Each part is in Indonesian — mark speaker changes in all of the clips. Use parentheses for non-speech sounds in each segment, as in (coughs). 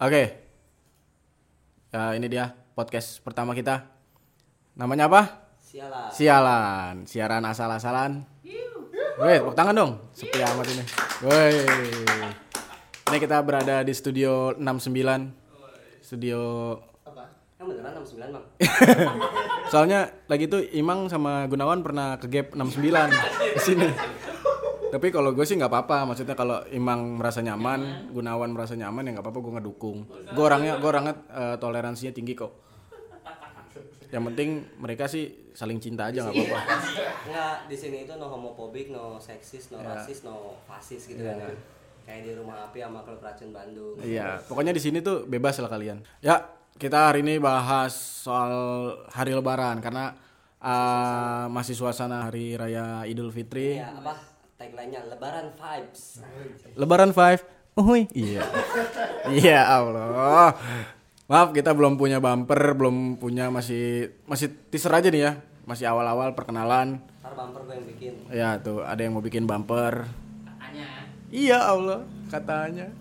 Speaker 1: Oke. Ya, ini dia podcast pertama kita. Namanya apa?
Speaker 2: Sialan.
Speaker 1: Sialan. Siaran asal-asalan. Woi, tepuk tangan dong. Sepi amat ini. Woi. Ini kita berada di studio 69. Studio
Speaker 2: Yang Kan beneran 69, Bang.
Speaker 1: Soalnya lagi tuh Imang sama Gunawan pernah ke gap 69 ke sini. Tapi kalau gue sih nggak apa-apa, maksudnya kalau Imang merasa nyaman, Gunawan merasa nyaman ya nggak apa-apa gue ngedukung. Gue orangnya gue orangnya eh, toleransinya tinggi kok. Yang penting mereka sih saling cinta aja nggak apa-apa.
Speaker 2: Enggak, di sini itu no homophobic, no seksis,
Speaker 1: Iya.
Speaker 2: no rasis, no fasis gitu kan ya. Kayak di rumah api sama klub racun Bandung.
Speaker 1: Iya, pokoknya di sini tuh bebas lah kalian. Ya, kita hari ini bahas soal hari Lebaran karena eh, masih suasana hari raya Idul Fitri.
Speaker 2: Iya, apa tagline-nya Lebaran vibes.
Speaker 1: Lebaran 5. Uhuy. Iya. Iya Allah. Maaf kita belum punya bumper, belum punya masih masih teaser aja nih ya. Masih awal-awal perkenalan.
Speaker 2: Ntar bumper gue yang bikin.
Speaker 1: Ya tuh ada yang mau bikin bumper. Katanya. Iya Allah, katanya.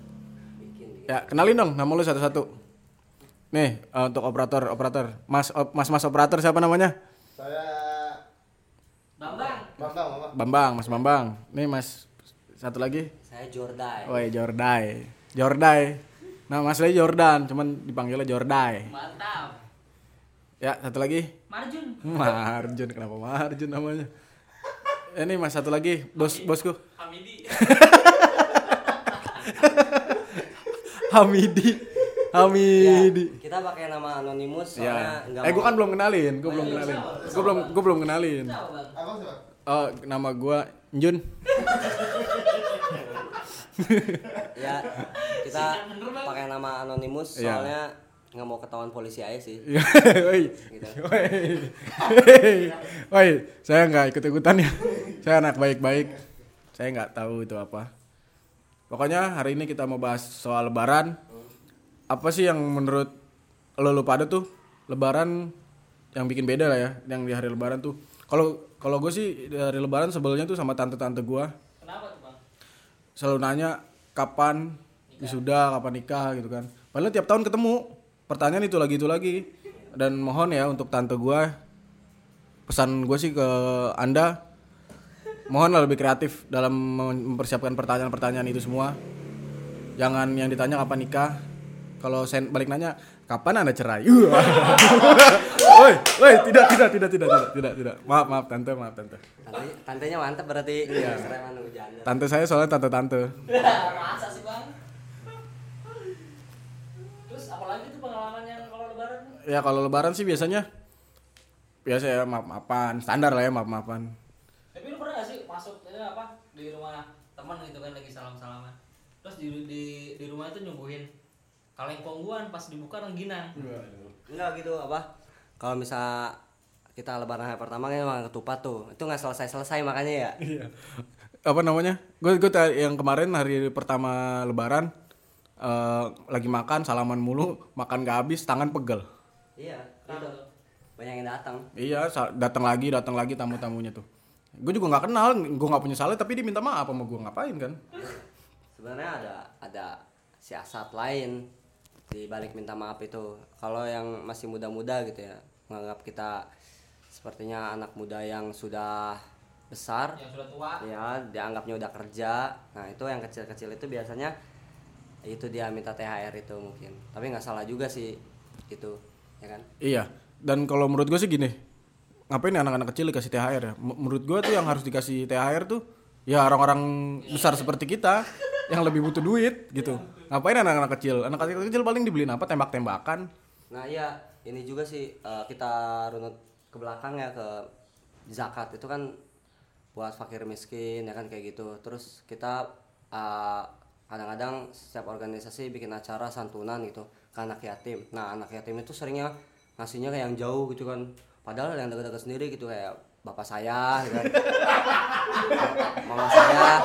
Speaker 2: Bikin. bikin.
Speaker 1: Ya, kenalin dong nama lu satu-satu. Nih, eh, untuk operator, operator. Mas op- Mas-mas operator siapa namanya?
Speaker 3: Saya
Speaker 4: Bambang.
Speaker 3: Bambang, Bambang.
Speaker 1: Bambang, Mas Bambang. Nih Mas satu lagi.
Speaker 2: Saya Jordai.
Speaker 1: Woi, Oh, iya, Jordai. Jordai. Nah, Mas Ray Jordan, cuman dipanggilnya Jordai.
Speaker 4: Mantap.
Speaker 1: Ya, satu lagi.
Speaker 4: Marjun.
Speaker 1: Marjun, kenapa Marjun namanya? Eh, Ini mas satu lagi, bos bosku.
Speaker 4: (laughs) Hamidi.
Speaker 1: Hamidi.
Speaker 2: Ya,
Speaker 1: Hamidi.
Speaker 2: kita pakai nama anonimus
Speaker 1: Ya.
Speaker 2: soalnya enggak
Speaker 1: iya, Eh, gue kan belum kenalin, gue belum kenalin. Gue belum gue belum kenalin.
Speaker 4: Tahu bang.
Speaker 3: Abang siapa?
Speaker 1: Oh, nama gua Njun.
Speaker 2: ya kita pakai nama anonimus
Speaker 1: Iya.
Speaker 2: soalnya nggak mau ketahuan polisi aja sih.
Speaker 1: Woi. Woi. Hei. Woi, saya nggak ikut-ikutan ya. Saya anak baik-baik. Saya nggak tahu itu apa. Pokoknya hari ini kita mau bahas soal lebaran. Apa sih yang menurut lo lo pada tuh lebaran yang bikin beda lah ya, yang di hari lebaran tuh. Kalau kalau gue sih di hari lebaran sebelumnya tuh sama tante-tante gua
Speaker 4: Kenapa tuh bang?
Speaker 1: selalu nanya kapan wisuda, kapan nikah gitu kan. Padahal tiap tahun ketemu. Pertanyaan itu lagi itu lagi. Dan mohon ya untuk tante gua pesan gue sih ke Anda mohonlah lebih kreatif dalam mem- mempersiapkan pertanyaan-pertanyaan itu semua. Jangan yang ditanya kapan nikah. Kalau saya balik nanya kapan Anda cerai? (laughs) Woi, woi, tidak, tidak, tidak, tidak, tidak, tidak, tidak. Maaf, maaf tante, maaf tante.
Speaker 2: Tante, tantenya mantep berarti. Iya. Serem anu janda.
Speaker 1: Tante saya soalnya tante-tante.
Speaker 4: (laughs) Masa sih bang? Terus apalagi tuh pengalaman yang kalau lebaran?
Speaker 1: Ya kalau lebaran sih biasanya biasa ya maaf maafan standar lah ya maaf maafan.
Speaker 4: Tapi lu pernah gak sih masuk itu apa di rumah teman gitu kan lagi salam salaman. Terus di di di rumah itu nyuguhin kaleng kongguan pas dibuka rengginang.
Speaker 2: Enggak gitu apa? Kalau misal kita lebaran hari pertama kan makan ketupat tuh. Itu nggak selesai-selesai makanya ya.
Speaker 1: Apa namanya? Gue gue ta- yang kemarin hari pertama lebaran eh, lagi makan salaman mulu makan gak habis tangan pegel.
Speaker 2: Iya, gitu. Banyak yang datang.
Speaker 1: Iya sa- datang lagi datang lagi tamu tamunya tuh. Gue juga nggak kenal, gue nggak punya salah tapi dia minta maaf sama gue ngapain kan?
Speaker 2: Sebenarnya ada ada siasat lain di balik minta maaf itu. Kalau yang masih muda-muda gitu ya, menganggap kita sepertinya anak muda yang sudah besar,
Speaker 4: Yang sudah tua.
Speaker 2: ya dianggapnya udah kerja nah itu yang kecil-kecil itu biasanya itu dia minta THR itu mungkin tapi nggak salah juga sih itu ya kan
Speaker 1: Iya. Dan kalau menurut gue sih gini, ngapain ya anak-anak kecil dikasih THR ya? M- Menurut gue tuh yang harus dikasih THR tuh ya orang-orang besar seperti kita yang lebih butuh duit gitu. Ngapain anak-anak kecil? Anak-anak kecil paling dibeliin apa? Tembak-tembakan.
Speaker 2: nah iya ini juga sih eh, kita runut ke belakang ya ke zakat itu kan buat fakir miskin ya kan kayak gitu terus kita eh, kadang-kadang setiap organisasi bikin acara santunan gitu ke anak yatim nah anak yatim itu seringnya ngasihnya kayak yang jauh gitu kan padahal yang dekat-dekat sendiri gitu kayak bapak saya gitu kan mama saya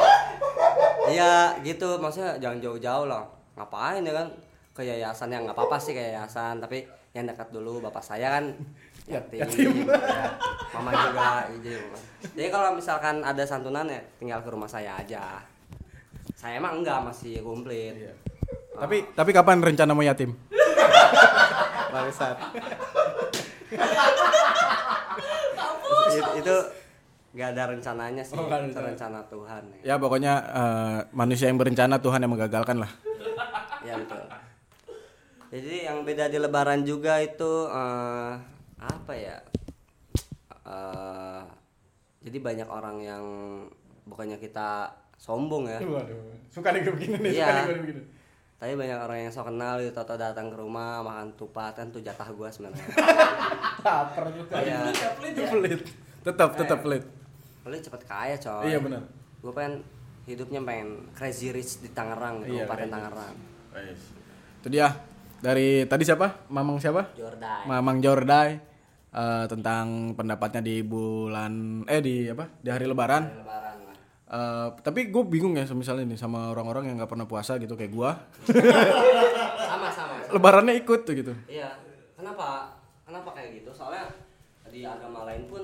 Speaker 2: iya gitu maksudnya jangan jauh-jauh lah ngapain ya kan ke yayasan yang nggak apa-apa sih ke yayasan tapi yang dekat dulu bapak saya
Speaker 1: (laughs)
Speaker 2: kan yatim ya. mama juga izin jadi kalau misalkan ada
Speaker 1: Iya.
Speaker 2: santunan ya tinggal ke rumah saya aja saya emang enggak masih komplit
Speaker 1: Tapi tapi kapan rencana mau yatim?
Speaker 2: Bangsat. It- itu nggak ada rencananya sih,
Speaker 1: Oh, nggak ada
Speaker 2: itu
Speaker 1: rencana.
Speaker 2: rencana Tuhan.
Speaker 1: Ya
Speaker 2: Ya,
Speaker 1: pokoknya eh, manusia yang berencana Tuhan yang menggagalkan lah.
Speaker 2: ya betul. Jadi yang beda di Lebaran juga itu eh, apa ya? Eh, jadi banyak orang yang bukannya kita sombong ya,
Speaker 1: Suka nih begini
Speaker 2: nih, suka Iya. nih gue begini. tapi banyak orang yang so kenal itu atau datang ke rumah makan tupat kan tuh jatah gua sebenarnya.
Speaker 1: Laper juga.
Speaker 2: Iya.
Speaker 1: Pelit. Tetap tetap pelit.
Speaker 2: Lo cepet kaya coy.
Speaker 1: Iya, benar.
Speaker 2: Gue pengen hidupnya pengen crazy rich di Tangerang,
Speaker 1: Iya,
Speaker 2: Kabupaten
Speaker 1: crazy
Speaker 2: Tangerang.
Speaker 1: Itu dia dari tadi siapa? Mamang siapa?
Speaker 2: Jordan.
Speaker 1: Mamang Jordai eh, tentang pendapatnya di bulan eh di apa? Di hari lebaran.
Speaker 2: Lebaran lah.
Speaker 1: Eh, tapi gue bingung ya misalnya nih sama orang-orang yang nggak pernah puasa gitu kayak gua
Speaker 2: Sama sama.
Speaker 1: lebarannya ikut tuh gitu (laughs)
Speaker 2: Iya. Kenapa? Kenapa kayak gitu? Soalnya di agama lain pun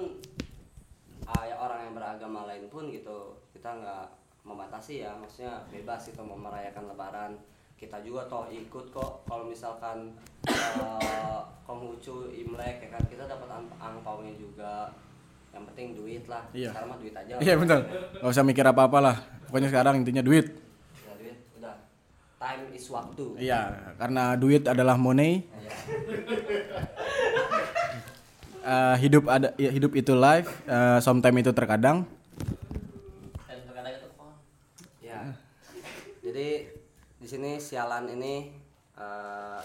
Speaker 2: ah, ya orang yang beragama lain pun gitu kita nggak membatasi ya maksudnya bebas kita mau merayakan lebaran kita juga toh ikut kok kalau misalkan eh, Konghucu Imlek ya kan kita dapat ang- angpaunya juga yang penting duit lah
Speaker 1: Iya.
Speaker 2: sekarang mah duit aja
Speaker 1: iya betul nggak usah mikir apa-apa lah pokoknya sekarang intinya duit
Speaker 2: Ya, duit udah time is waktu
Speaker 1: iya karena duit adalah money
Speaker 2: Iya.
Speaker 1: Eh, hidup ada ya, hidup itu life Eh, sometime itu terkadang
Speaker 4: dan terkadang itu oh,
Speaker 2: ya jadi di sini sialan ini eh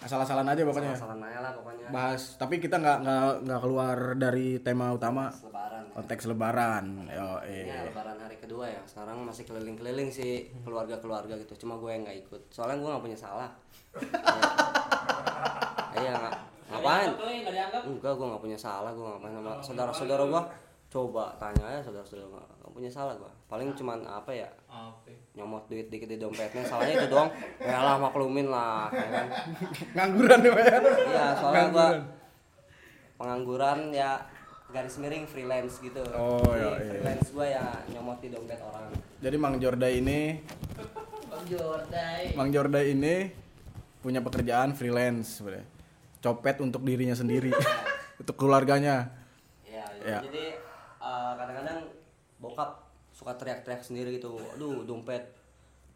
Speaker 1: asal-asalan aja pokoknya
Speaker 2: salah nanya lah pokoknya
Speaker 1: bahas tapi kita nggak nggak nggak keluar dari tema utama
Speaker 2: lebaran ya.
Speaker 1: konteks lebaran yo
Speaker 2: Ini
Speaker 1: eh.
Speaker 2: lebaran hari kedua ya sekarang masih keliling-keliling sih keluarga-keluarga gitu cuma gue yang nggak ikut soalnya gue nggak punya salah Ya. iya nggak
Speaker 4: nggak
Speaker 2: ngapain
Speaker 4: dianggap, eh, nggak dianggap
Speaker 2: enggak gue nggak punya salah gue ngapain sama saudara-saudara gue coba tanya aja saudara-saudara gue nggak punya salah gue paling cuman apa ya
Speaker 4: Ah, oke
Speaker 2: nyomot duit dikit di dompetnya salahnya itu doang ya lah maklumin lah ya kan
Speaker 1: ngangguran ya Pak ya?
Speaker 2: iya soalnya gua
Speaker 1: Ngangguran.
Speaker 2: pengangguran ya garis miring freelance gitu
Speaker 1: Oh,
Speaker 2: Jadi
Speaker 1: iya, iya.
Speaker 2: freelance gua ya nyomot di dompet orang
Speaker 1: jadi Mang Jordai ini
Speaker 4: Bang Jordai
Speaker 1: Mang Jordai ini punya pekerjaan freelance sebenarnya. Copet untuk dirinya sendiri, (laughs) untuk keluarganya.
Speaker 2: ya,
Speaker 1: Iya.
Speaker 2: jadi eh, kadang-kadang bokap suka teriak-teriak sendiri gitu aduh dompet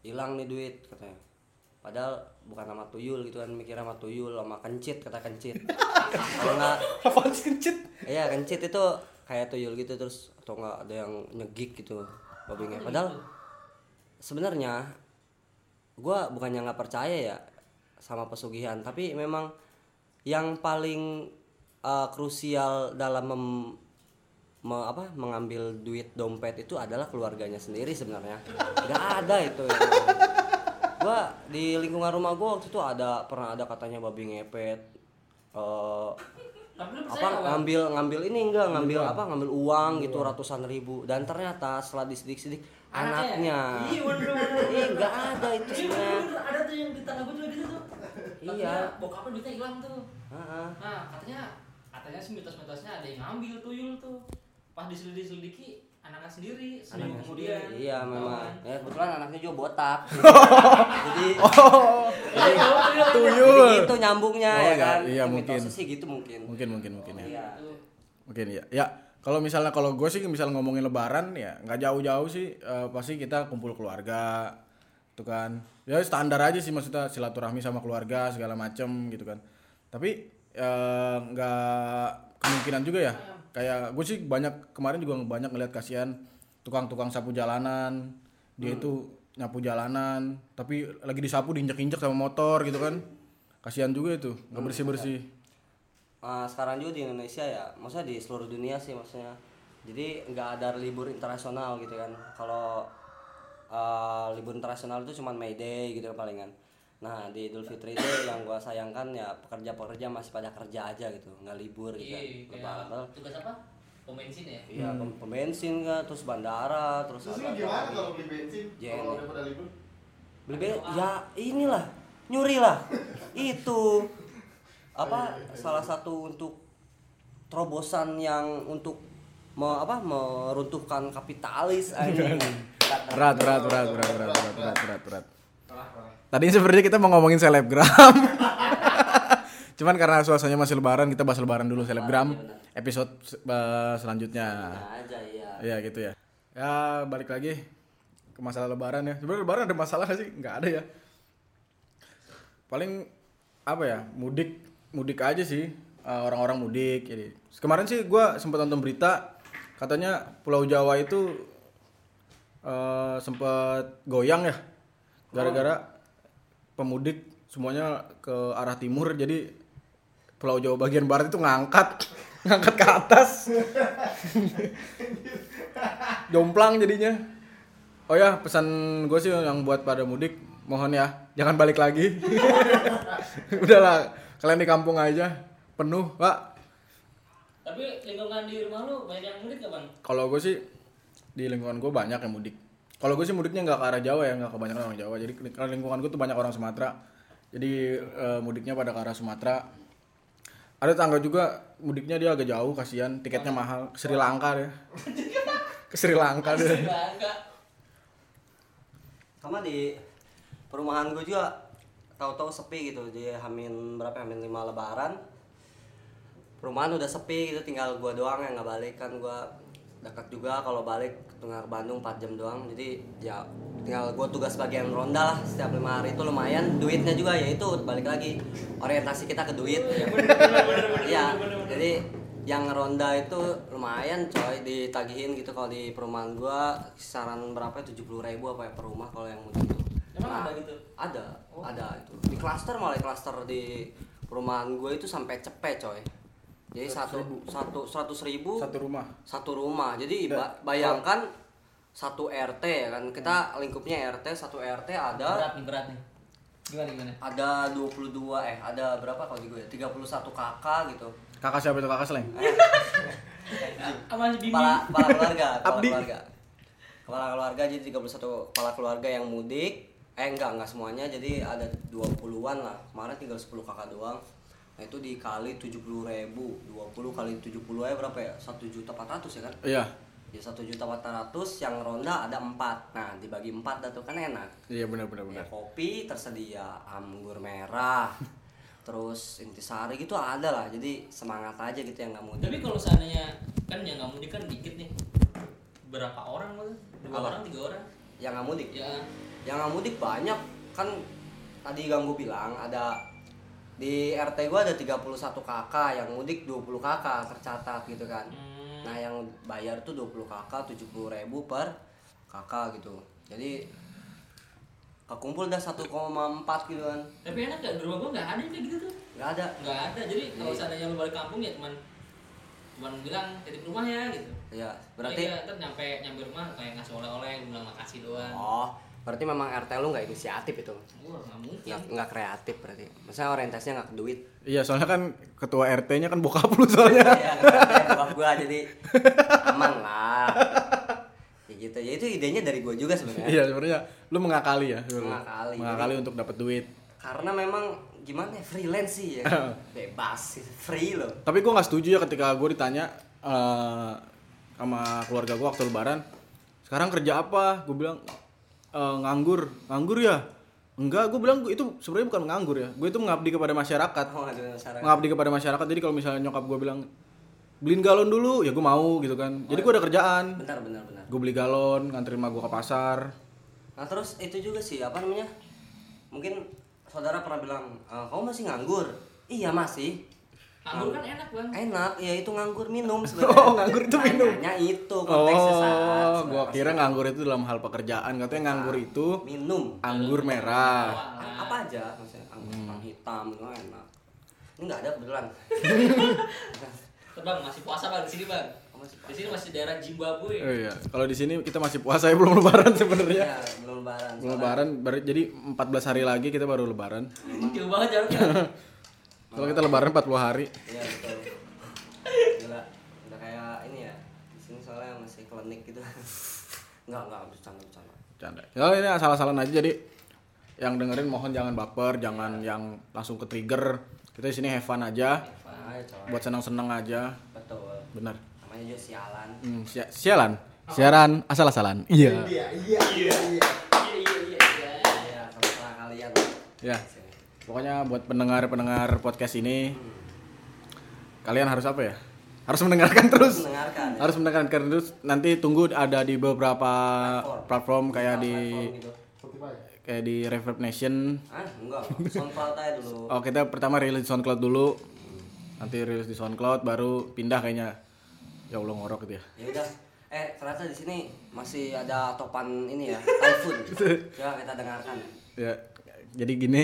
Speaker 2: hilang nih duit katanya padahal bukan sama tuyul gitu kan mikirnya sama tuyul sama kencit kata
Speaker 1: (laughs)
Speaker 2: kencit kalau nggak
Speaker 1: Apaan kencit?
Speaker 2: Iya kencit itu kayak tuyul gitu terus atau nggak ada yang nyegik gitu babinya. Padahal sebenarnya gua bukannya nggak percaya ya sama pesugihan, tapi memang yang paling eh, krusial dalam mem- me- apa mengambil duit dompet itu adalah keluarganya sendiri sebenarnya. Nggak ada itu. yang- gua di lingkungan rumah gua waktu itu ada pernah ada katanya babi ngepet. eh
Speaker 4: tapi lu percaya
Speaker 2: apa
Speaker 4: nggak Bang?
Speaker 2: ngambil ngambil ini enggak ngambil apa ngambil uang gitu ratusan ribu dan ternyata setelah disidik-sidik
Speaker 4: Anaknya. ya?
Speaker 2: anaknya
Speaker 4: Iya, bener, bener, bener. (laughs)
Speaker 2: Ih, enggak ada
Speaker 4: Iya,
Speaker 2: itu
Speaker 4: bener,
Speaker 2: sebenarnya
Speaker 4: bener. ada tuh yang di tangga gue juga gitu tuh
Speaker 2: Iya.
Speaker 4: Katanya bokapnya duitnya hilang tuh
Speaker 2: Heeh.
Speaker 4: Nah, katanya katanya sih mitos-mitosnya ada yang ngambil tuyul tuh. Pas diselidiki-selidiki anaknya sendiri seminggu
Speaker 2: Anaknya
Speaker 4: kemudian.
Speaker 2: sendiri. iya
Speaker 4: Tahu
Speaker 2: memang
Speaker 4: kan?
Speaker 2: ya kebetulan anaknya juga botak jadi
Speaker 4: Iya,
Speaker 5: Oh.
Speaker 4: tahu tuyul.
Speaker 1: Tuyul.
Speaker 2: jadi itu nyambungnya
Speaker 1: Oh,
Speaker 2: ya
Speaker 1: iya,
Speaker 2: kan
Speaker 1: iya,
Speaker 2: Ya,
Speaker 1: mungkin.
Speaker 2: mitosnya sih gitu mungkin
Speaker 1: Mungkin mungkin mungkin ya.
Speaker 2: iya
Speaker 4: Tuh.
Speaker 1: Mungkin ya. Ya, kalau misalnya kalau gue sih misal ngomongin lebaran ya nggak jauh-jauh sih eh, pasti kita kumpul keluarga itu kan. Ya standar aja sih maksudnya silaturahmi sama keluarga segala macem gitu kan. Tapi eh, nggak kemungkinan juga ya. Kayak gue sih banyak kemarin juga banyak ngeliat kasihan tukang-tukang sapu jalanan. Dia itu nyapu jalanan tapi lagi disapu diinjek-injek sama motor gitu kan. Kasihan juga itu, nggak bersih-bersih.
Speaker 2: Eh, sekarang juga di Indonesia ya maksudnya di seluruh dunia sih maksudnya jadi nggak ada libur internasional gitu kan kalau eh, libur internasional itu cuman May Day gitu kan palingan nah di Idul Fitri itu yang gua sayangkan ya pekerja-pekerja masih pada kerja aja gitu nggak libur gitu
Speaker 4: Iya,
Speaker 2: kan
Speaker 4: kayak
Speaker 2: Lebaran.
Speaker 4: tugas apa? Pom bensin ya.
Speaker 2: iya pem- pemensin kan terus bandara terus
Speaker 3: Terus lu
Speaker 2: ada-
Speaker 3: gimana kalau beli bensin?
Speaker 2: Jen.
Speaker 3: Kalau udah pada libur?
Speaker 2: beli be- ya inilah nyuri lah itu apa salah satu untuk terobosan yang untuk me- apa meruntuhkan kapitalis anjing.
Speaker 1: Berat, berat, berat, berat, berat, berat, berat, berat.
Speaker 3: Parah parah.
Speaker 1: Tadinya sebenarnya kita mau ngomongin selebgram. (laughs) Cuman karena suasananya masih lebaran, kita bahas lebaran dulu selebgram. Episode se- eh, selanjutnya.
Speaker 2: Nah aja iya.
Speaker 1: Iya gitu ya. Ya balik lagi ke masalah lebaran ya. Sebenarnya lebaran ada masalah gak sih? Nggak ada ya. Paling apa ya? Mudik, mudik aja sih. Eh, Orang-orang mudik. Jadi kemarin sih gua sempat nonton berita katanya Pulau Jawa itu eh sempat goyang ya gara-gara pemudik semuanya ke arah timur jadi Pulau Jawa bagian barat itu ngangkat (laughs) ngangkat ke atas jomplang jadinya. Oh ya, pesan gue sih yang buat pada mudik, mohon ya, jangan balik lagi. (laughs) Udahlah, kalian di kampung aja, penuh, Pak.
Speaker 4: Tapi lingkungan di rumah lu banyak yang murid gak bang?
Speaker 1: Kalau gue sih di lingkungan gue banyak yang mudik. Kalau gue sih mudiknya nggak ke arah Jawa ya, nggak kebanyakan orang Jawa. Jadi kalau lingkungan gue tuh banyak orang Sumatera. Jadi eh, mudiknya pada ke arah Sumatera. Ada tangga juga mudiknya dia agak jauh, kasihan, tiketnya mahal. Ke Sri Lanka deh. Ke Sri Lanka deh.
Speaker 4: Enggak, enggak.
Speaker 2: Sama di perumahan gue juga tahu-tahu sepi gitu. Jadi hamin berapa? Hamin 5 lebaran. Perumahan udah sepi gitu, tinggal gua doang yang nggak balik kan gua dekat juga kalau balik ke tengah Bandung 4 jam doang. Jadi ya tinggal gua tugas bagian ronda lah setiap lima hari itu lumayan duitnya juga ya itu balik lagi orientasi kita ke duit ya. Iya. Jadi yang ronda itu lumayan coy ditagihin gitu kalau di perumahan gua kisaran berapa tujuh puluh ribu apa ya per rumah kalau yang mudik itu
Speaker 4: Emang ada gitu?
Speaker 2: ada ada itu di klaster malah di klaster di perumahan gue itu sampai cepet coy jadi satu satu seratus ribu
Speaker 1: Satu rumah.
Speaker 2: satu rumah jadi ba- bayangkan satu RT ya kan kita lingkupnya RT satu RT ada
Speaker 4: Berat nih, berat nih. Gimana gimana?
Speaker 2: ada 22 eh ada berapa kalau di gue ya 31 kakak gitu
Speaker 1: Kakak siapa itu kakak Sleng?
Speaker 4: Sama si Bimi.
Speaker 5: (laughs)
Speaker 2: kepala, kepala keluarga kepala
Speaker 1: Abdi.
Speaker 2: keluarga kepala keluarga jadi 31 kepala keluarga yang mudik eh enggak enggak semuanya jadi ada 20-an lah kemarin tinggal 10 kakak doang nah itu dikali 70 ribu 20 kali 70 aja berapa ya 1 juta 400 ya kan
Speaker 1: Iya.
Speaker 2: ya 1 juta 400 yang ronda ada 4 nah dibagi 4 dah tuh kan enak
Speaker 1: Iya benar benar benar.
Speaker 2: Ya, kopi tersedia anggur merah (laughs) terus intisari gitu ada lah jadi semangat aja gitu yang nggak mudik
Speaker 4: Tapi kalau seandainya kan yang nggak mudik kan dikit nih. Berapa orang Bang? Dua
Speaker 2: Apa?
Speaker 4: orang, tiga orang.
Speaker 2: yang nggak mudik
Speaker 4: Ya,
Speaker 2: yang nggak mudik banyak kan tadi ganggu bilang ada di RT gua ada 31 kakak yang mudik 20 kakak tercatat gitu kan
Speaker 4: Hmm.
Speaker 2: nah yang bayar tuh 20 kakak 70.000 per kakak gitu jadi kekumpul dah 1,4 gitu kan
Speaker 4: tapi enak gak? Di rumah gue gak ada yang kayak gitu tuh
Speaker 2: nggak ada
Speaker 4: Gak ada,
Speaker 2: Iya,
Speaker 4: jadi kalau seandainya lu balik kampung ya cuman Cuman bilang titip rumah ya gitu
Speaker 2: ya berarti
Speaker 4: Iya, ntar nyampe nyampe rumah kayak ngasih oleh-oleh lu bilang makasih
Speaker 5: Iya.
Speaker 4: doang
Speaker 2: oh berarti memang RT lu nggak inisiatif itu
Speaker 4: wah nggak mungkin
Speaker 2: nggak nggak kreatif berarti maksudnya orientasinya nggak ke duit
Speaker 1: Iya soalnya kan ketua RT-nya kan bokap lu soalnya.
Speaker 2: Iya, nggak bokap gua jadi aman lah. Ya gitu. Ya itu idenya dari gua juga sebenarnya.
Speaker 1: Iya sebenarnya lu mengakali ya. sebenarnya.
Speaker 2: Mengakali.
Speaker 1: Mengakali untuk dapat duit.
Speaker 2: Karena memang gimana ya, freelance sih ya. Bebas, free loh.
Speaker 1: Tapi gua nggak setuju ya ketika gue ditanya eh, sama keluarga gua waktu lebaran. Sekarang kerja apa? Gue bilang "Eh, nganggur. Nganggur ya? Enggak, gue bilang "Gua itu sebenarnya bukan nganggur ya. Gue itu mengabdi kepada masyarakat.
Speaker 2: Tahu nggak tuh saran?
Speaker 1: mengabdi kepada masyarakat. Jadi kalau misalnya nyokap gue bilang beliin galon dulu, ya gue mau gitu kan. Jadi gue ada kerjaan.
Speaker 2: Benar, benar, benar.
Speaker 1: Gue beli galon, nganterin emak gue ke pasar.
Speaker 2: Nah, terus itu juga sih apa namanya? Mungkin saudara pernah bilang, "Eh, "Kamu masih nganggur?" Iya, masih.
Speaker 4: anggur kan enak bang
Speaker 2: Enak, ya itu nganggur minum sebenarnya.
Speaker 1: Oh, nganggur itu minum.
Speaker 2: Nanya itu konteksnya saat.
Speaker 1: Oh, gua kira nganggur itu dalam hal pekerjaan. Katanya nganggur itu
Speaker 2: minum.
Speaker 1: anggur merah.
Speaker 2: A- apa aja maksudnya anggur
Speaker 1: Hmm.
Speaker 2: hitam, hitam itu enak ini nggak ada
Speaker 1: (laughs)
Speaker 2: kebetulan
Speaker 4: Tuh, bang masih puasa bang di sini bang
Speaker 2: Oh, masih
Speaker 4: di sini masih daerah Zimbabwe
Speaker 2: Eh.
Speaker 1: Oh, iya. Kalau di sini kita masih puasa ya belum lebaran sebenarnya.
Speaker 2: ya belum lebaran
Speaker 1: Belum lebaran, bar- jadi 14 hari lagi kita baru lebaran.
Speaker 4: (laughs) jauh banget jaraknya
Speaker 2: (laughs)
Speaker 1: Kalau kita lebaran 40 hari.
Speaker 2: ya betul gila udah kayak ini ya di sini soalnya masih klinik gitu (laughs) nggak nggak bercanda bercanda
Speaker 1: Canda. Ya ini asal-asalan aja jadi yang dengerin mohon jangan baper, jangan yang langsung ke trigger. Kita di sini have fun aja,
Speaker 2: nah ya coy
Speaker 1: buat senang-senang aja.
Speaker 2: betul
Speaker 1: Benar.
Speaker 2: namanya juga sialan
Speaker 1: Hmm, sia- sialan. Siaran asal-asalan. Iya.
Speaker 4: iya iya iya iya
Speaker 2: ya terserah Iya, kalian lah
Speaker 1: Ya. Pokoknya buat pendengar-pendengar podcast ini kalian harus apa ya? Harus mendengarkan terus.
Speaker 2: Mendengarkan, ya.
Speaker 1: Harus mendengarkan terus. Nanti tunggu ada di beberapa platform, kayak ya, di
Speaker 2: Platform gitu.
Speaker 3: Spotify.
Speaker 1: kayak di Reverb Nation.
Speaker 2: Ah, enggak. SoundCloud aja dulu.
Speaker 1: Oh, kita pertama rilis di SoundCloud dulu. Nanti rilis di SoundCloud baru pindah kayaknya. Ya Allah ngorok gitu ya.
Speaker 2: Ya udah. Eh, ternyata di sini masih ada topan ini ya, typhoon.
Speaker 1: (laughs)
Speaker 2: Coba kita dengarkan.
Speaker 1: Ya, jadi gini,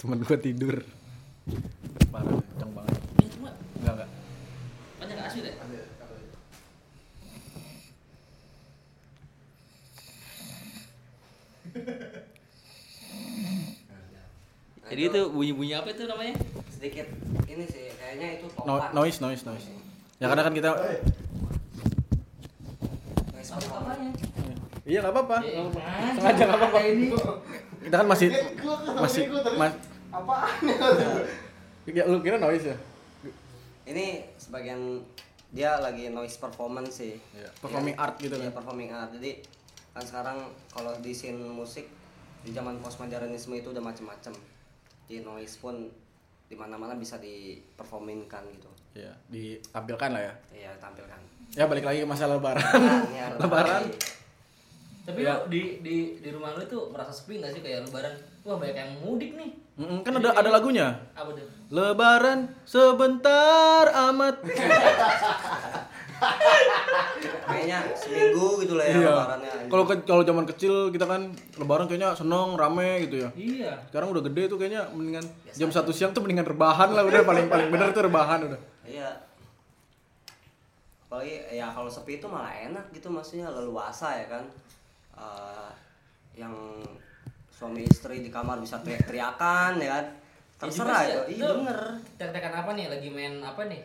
Speaker 1: temen gua tidur. Parah, kenceng banget.
Speaker 4: Ini Ya, cuma
Speaker 1: Enggak, enggak.
Speaker 4: banyak asli deh. (laughs) Jadi itu bunyi-bunyi apa itu namanya?
Speaker 2: sedikit ini sih kayaknya itu
Speaker 1: No,
Speaker 2: topan.
Speaker 1: noise, noise, noise. Ya kadang kan kita
Speaker 3: Hey,
Speaker 2: Noise topan.
Speaker 1: Iya, enggak apa-apa.
Speaker 4: Eh,
Speaker 1: Sengaja enggak apa-apa. Kita kan masih
Speaker 3: eh, gua ketemu
Speaker 1: masih
Speaker 3: diri gua tadi.
Speaker 1: mas,
Speaker 3: Apaan
Speaker 1: ya,
Speaker 3: ya?
Speaker 1: lu kira noise ya?
Speaker 2: Ini sebagian dia lagi noise performance sih.
Speaker 1: Iya, performing art gitu
Speaker 2: Iya,
Speaker 1: kan.
Speaker 2: performing art. Jadi kan sekarang kalau di scene musik di zaman postmodernisme itu udah macem-macem. Di noise pun di mana-mana bisa diperforminkan gitu.
Speaker 1: Iya, ditampilkan lah ya.
Speaker 2: Iya,
Speaker 1: (laughs)
Speaker 2: tampilkan. Nah,
Speaker 1: Ya balik lagi ke masalah lebaran.
Speaker 2: (laughs) Ini Iya. harus
Speaker 1: lebaran.
Speaker 2: di-
Speaker 4: Tapi
Speaker 1: Ya.
Speaker 4: lu di di di rumah lu tuh merasa sepi nggak sih kayak lebaran? Wah banyak yang mudik nih.
Speaker 1: Mm-mm, kan ada ada lagunya.
Speaker 4: Apa tuh?
Speaker 1: Lebaran sebentar amat.
Speaker 2: Kayaknya seminggu gitu lah ya
Speaker 1: Iya.
Speaker 2: lebarannya.
Speaker 1: Kalau ke- kalau zaman kecil kita kan lebaran kayaknya seneng, rame gitu ya.
Speaker 4: Iya.
Speaker 1: Sekarang udah gede tuh kayaknya mendingan jam satu siang tuh mendingan rebahan lah udah paling paling bener tuh rebahan udah.
Speaker 2: Iya. Apalagi ya kalau sepi itu malah enak gitu maksudnya leluasa ya kan. Eh, yang suami istri di kamar bisa teriak-teriakan ya kan. Terserah
Speaker 4: Iya juga sih
Speaker 2: itu.
Speaker 4: ya.
Speaker 2: Iya
Speaker 4: Lu
Speaker 2: bener.
Speaker 4: Teriak-teriakan apa nih? Lagi main apa nih?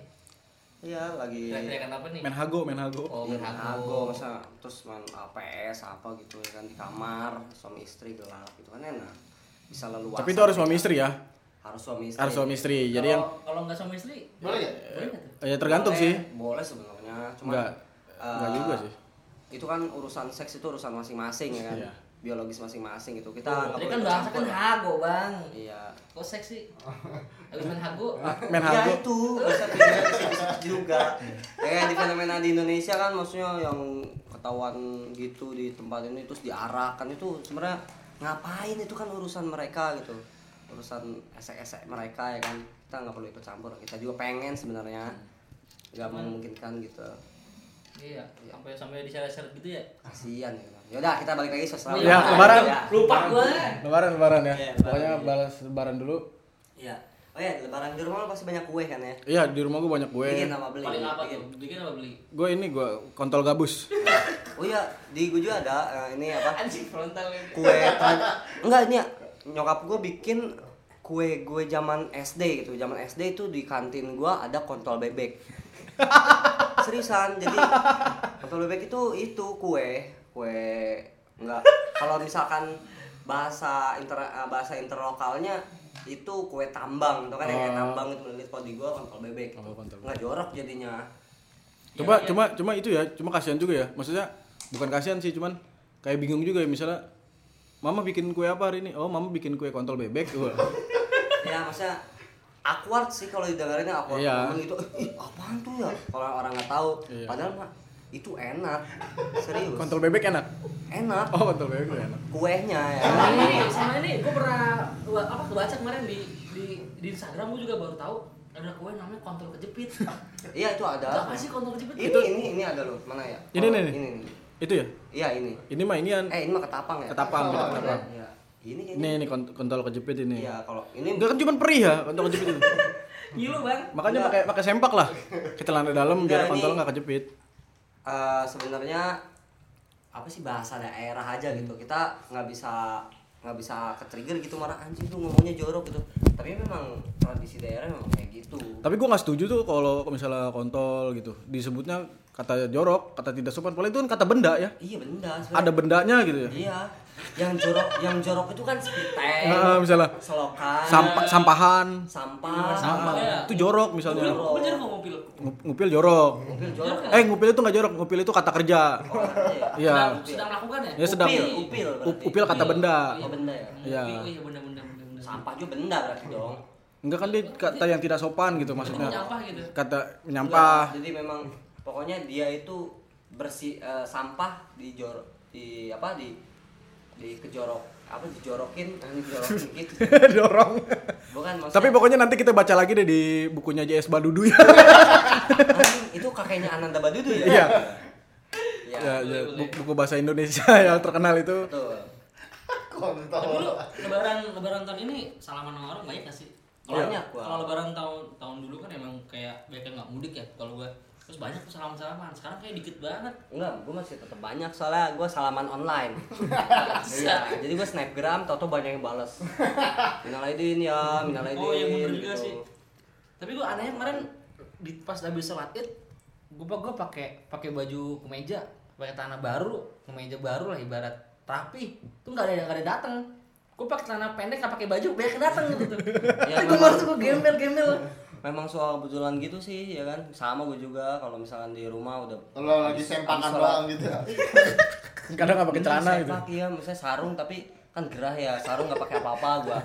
Speaker 2: Iya lagi
Speaker 4: Teriak-teriakan apa nih?
Speaker 1: Main hago, main hago.
Speaker 4: Oh,
Speaker 2: main
Speaker 4: main
Speaker 2: hago
Speaker 4: hago.
Speaker 2: masa terus main APS apa gitu ya kan di kamar suami istri gelap gitu kan enak. Bisa leluasa. gitu.
Speaker 1: Tapi itu harus suami istri ya.
Speaker 2: harus suami istri.
Speaker 1: Harus suami istri. Jadi
Speaker 5: Oh,
Speaker 1: yang
Speaker 4: Kalau- kalau nggak sama istri,
Speaker 3: Boleh nggak?
Speaker 4: boleh nggak tuh?
Speaker 1: ya tergantung
Speaker 2: Boleh-
Speaker 1: sih.
Speaker 2: Boleh sebenarnya, cuma
Speaker 1: Nggak- nggak juga sih.
Speaker 2: Itu kan urusan seks itu urusan masing-masing ya kan.
Speaker 1: Iya.
Speaker 2: Biologis masing-masing gitu. Kita nggak
Speaker 4: Tadi kan
Speaker 2: boleh
Speaker 4: bahasa kan
Speaker 2: campur.
Speaker 4: hago bang.
Speaker 2: Iya.
Speaker 4: Kok seksi? Abis main (laughs) hago. Ah,
Speaker 1: Main
Speaker 2: Ya,
Speaker 1: hago.
Speaker 2: itu bahasa beda juga. Ya, Kayak di fenomena di Indonesia kan maksudnya yang ketahuan gitu di tempat ini terus diarahkan itu sebenarnya ngapain itu kan urusan mereka gitu urusan esek-esek mereka ya kan kita nggak perlu ikut campur kita juga pengen sebenarnya nggak memungkinkan gitu
Speaker 4: Iya. Sampai sampai diseret-seret gitu ya.
Speaker 2: kasihan ya yaudah kita balik lagi sosial
Speaker 1: Iya, lebaran.
Speaker 2: ya
Speaker 4: Lupa gue.
Speaker 1: Lebaran lebaran ya.
Speaker 2: Iya, lebaran,
Speaker 1: Pokoknya
Speaker 2: iya.
Speaker 1: balas lebaran dulu.
Speaker 2: iya oh ya lebaran di rumah lo pasti banyak kue kan ya
Speaker 1: Iya, di rumah gua banyak kue.
Speaker 2: bikin sama beli
Speaker 4: Paling apa
Speaker 2: bikin.
Speaker 4: tuh? Bikin apa beli?
Speaker 1: Gue ini gua kontol gabus.
Speaker 2: oh iya di gue juga ada eh, ini apa
Speaker 4: Anjing frontal ini.
Speaker 2: kue tra- enggak ini ya, nyokap gue bikin kue gue zaman SD gitu zaman SD itu di kantin gue ada kontol bebek seriusan jadi kontol bebek itu itu kue kue enggak kalau misalkan bahasa inter eh, bahasa interlokalnya itu kue tambang itu kan yang kayak
Speaker 1: Oh.
Speaker 2: tambang itu menurut kalau di gua kontol bebek gitu.
Speaker 1: Oh, kontol bebek.
Speaker 2: nggak jorok jadinya Iya,
Speaker 1: Coba cuma cuma itu ya, cuma kasihan juga ya. Maksudnya bukan kasihan sih, cuman kayak bingung juga ya misalnya Mama bikin kue apa hari ini? Oh, Mama bikin kue kontol bebek. Wah.
Speaker 2: ya maksudnya awkward sih kalau didengarinnya awkward
Speaker 1: Iya.
Speaker 2: ngomong gitu ih apaan tuh ya kalau orang nggak tahu
Speaker 1: Iya.
Speaker 2: padahal mah itu enak serius
Speaker 1: (laughs) Kontol bebek enak.
Speaker 2: enak
Speaker 1: Oh, kontol bebek gua enak.
Speaker 2: kuenya ya
Speaker 4: Sama Nah, ini,
Speaker 1: Nah.
Speaker 4: sama ini, gue pernah gua- apa kebaca kemarin di di di Instagram gue juga baru tahu ada kue namanya kontol
Speaker 1: (laughs)
Speaker 4: kejepit.
Speaker 2: iya itu ada
Speaker 4: Apa sih kontol kejepit?
Speaker 2: ini ini ini ada loh mana ya
Speaker 1: Ini,
Speaker 2: Oh,
Speaker 1: ini, ini.
Speaker 2: ini nih.
Speaker 1: Itu ya?
Speaker 2: iya ini
Speaker 1: Ini mah inian
Speaker 2: eh ini mah ketapang ya
Speaker 1: ketapang,
Speaker 3: Oh,
Speaker 1: ketapang.
Speaker 2: Iya. ini
Speaker 1: Ini
Speaker 2: kayaknya
Speaker 1: ini kont- kontol kejepit ini.
Speaker 2: iya kalau ini
Speaker 1: Enggak kan cuman perih ya kontol
Speaker 2: (laughs)
Speaker 1: kejepit itu.
Speaker 4: Gilu bang.
Speaker 1: Makanya
Speaker 2: Enggak.
Speaker 1: pakai pakai sempak lah. Ke celana dalam biar
Speaker 2: Enggak,
Speaker 1: kontol
Speaker 2: ini-
Speaker 1: nggak kejepit.
Speaker 2: Eh, sebenarnya apa sih bahasa daerah aja gitu kita nggak bisa nggak bisa ke trigger gitu marah anjing tuh ngomongnya jorok gitu tapi memang tradisi daerah memang kayak gitu
Speaker 1: Tapi gua nggak setuju tuh kalau misalnya kontol gitu. Disebutnya kata jorok, kata tidak sopan. Padahal itu kan kata benda ya.
Speaker 2: iya benda sebenarnya.
Speaker 1: Ada bendanya gitu ya.
Speaker 2: iya yang jorok yang jorok itu kan spiteng
Speaker 1: Heeh, Ah, misalnya.
Speaker 2: selokan
Speaker 1: Sampa- sampahan.
Speaker 2: sampah
Speaker 1: Ah,
Speaker 4: Iya.
Speaker 1: Itu jorok misalnya.
Speaker 4: Mobil, gue jadi mau mobil.
Speaker 1: Ngup- Ngupil jorok.
Speaker 2: mungkin jorok kan
Speaker 1: Eh ngupil itu nggak jorok, ngupil itu kata kerja. Iya.
Speaker 4: Sedang, sedang melakukan ya?
Speaker 1: Ya sedang
Speaker 2: Upil, upil berarti.
Speaker 1: Up- upil kata benda.
Speaker 2: Oh, benda ya
Speaker 1: Iya.
Speaker 4: Iya. Iya benda benda benda benda.
Speaker 2: sampah juga benda berarti dong
Speaker 1: Enggak kan dia kata yang tidak sopan gitu maksudnya.
Speaker 4: Menyampah gitu.
Speaker 1: Kata menyampah. (laughs)
Speaker 2: Enggak, jadi memang pokoknya dia itu bersih eh, sampah di jor di apa di di kejorok apa dijorokin kan
Speaker 1: (laughs)
Speaker 2: dijorokin gitu
Speaker 1: Dorong.
Speaker 2: bukan maksudnya
Speaker 1: Tapi pokoknya nanti kita baca lagi deh di bukunya JS Badudu ya.
Speaker 2: (laughs) anjing, itu kakeknya Ananda Badudu ya
Speaker 1: Iya.
Speaker 2: ya,
Speaker 1: Ya, ya, bu- buku bahasa Indonesia (laughs) yang terkenal itu.
Speaker 2: betul
Speaker 4: Tapi
Speaker 2: Oh.
Speaker 4: lu
Speaker 3: kontol
Speaker 4: lebaran lebaran tahun ini salaman sama orang banyak gak sih? Kalau-
Speaker 2: Banyak, gua.
Speaker 4: Kalau lebaran tahun tahun dulu kan emang kayak banyak yang nggak mudik ya. Kalau gua terus banyak tuh salam salaman. Sekarang kayak dikit banget.
Speaker 2: Enggak, gue masih tetap banyak soalnya gue salaman
Speaker 1: (laughs)
Speaker 2: online. Nah, iya, jadi gue snapgram, tau banyak yang
Speaker 1: (laughs)
Speaker 2: balas. Minal aidin ya, minal aidin.
Speaker 4: Oh iya bener juga
Speaker 2: gitu.
Speaker 4: sih. Tapi gua anehnya kemarin di pas habis sholat id, gua gua pakai pakai baju kemeja, pakai tanah baru, kemeja baru lah ibarat rapi. Tuh nggak ada yang nggak ada datang. Gua pakai celana pendek, nggak pakai baju, banyak yang datang gitu tuh.
Speaker 2: (laughs) Ya,
Speaker 4: Gue
Speaker 2: memang.
Speaker 4: malu tuh, gue gembel gembel.
Speaker 2: Memang soal kebetulan gitu sih, ya kan. Sama gue juga kalau misalkan di rumah udah.
Speaker 3: kalau lagi
Speaker 2: habis-
Speaker 3: sempangan
Speaker 2: habis sholat.
Speaker 3: doang gitu ya
Speaker 1: Kadang nggak pakai
Speaker 2: Bener,
Speaker 1: celana gitu.
Speaker 2: sempak, Iya, misalnya sarung tapi kan gerah ya, sarung nggak pakai apa-apa gue.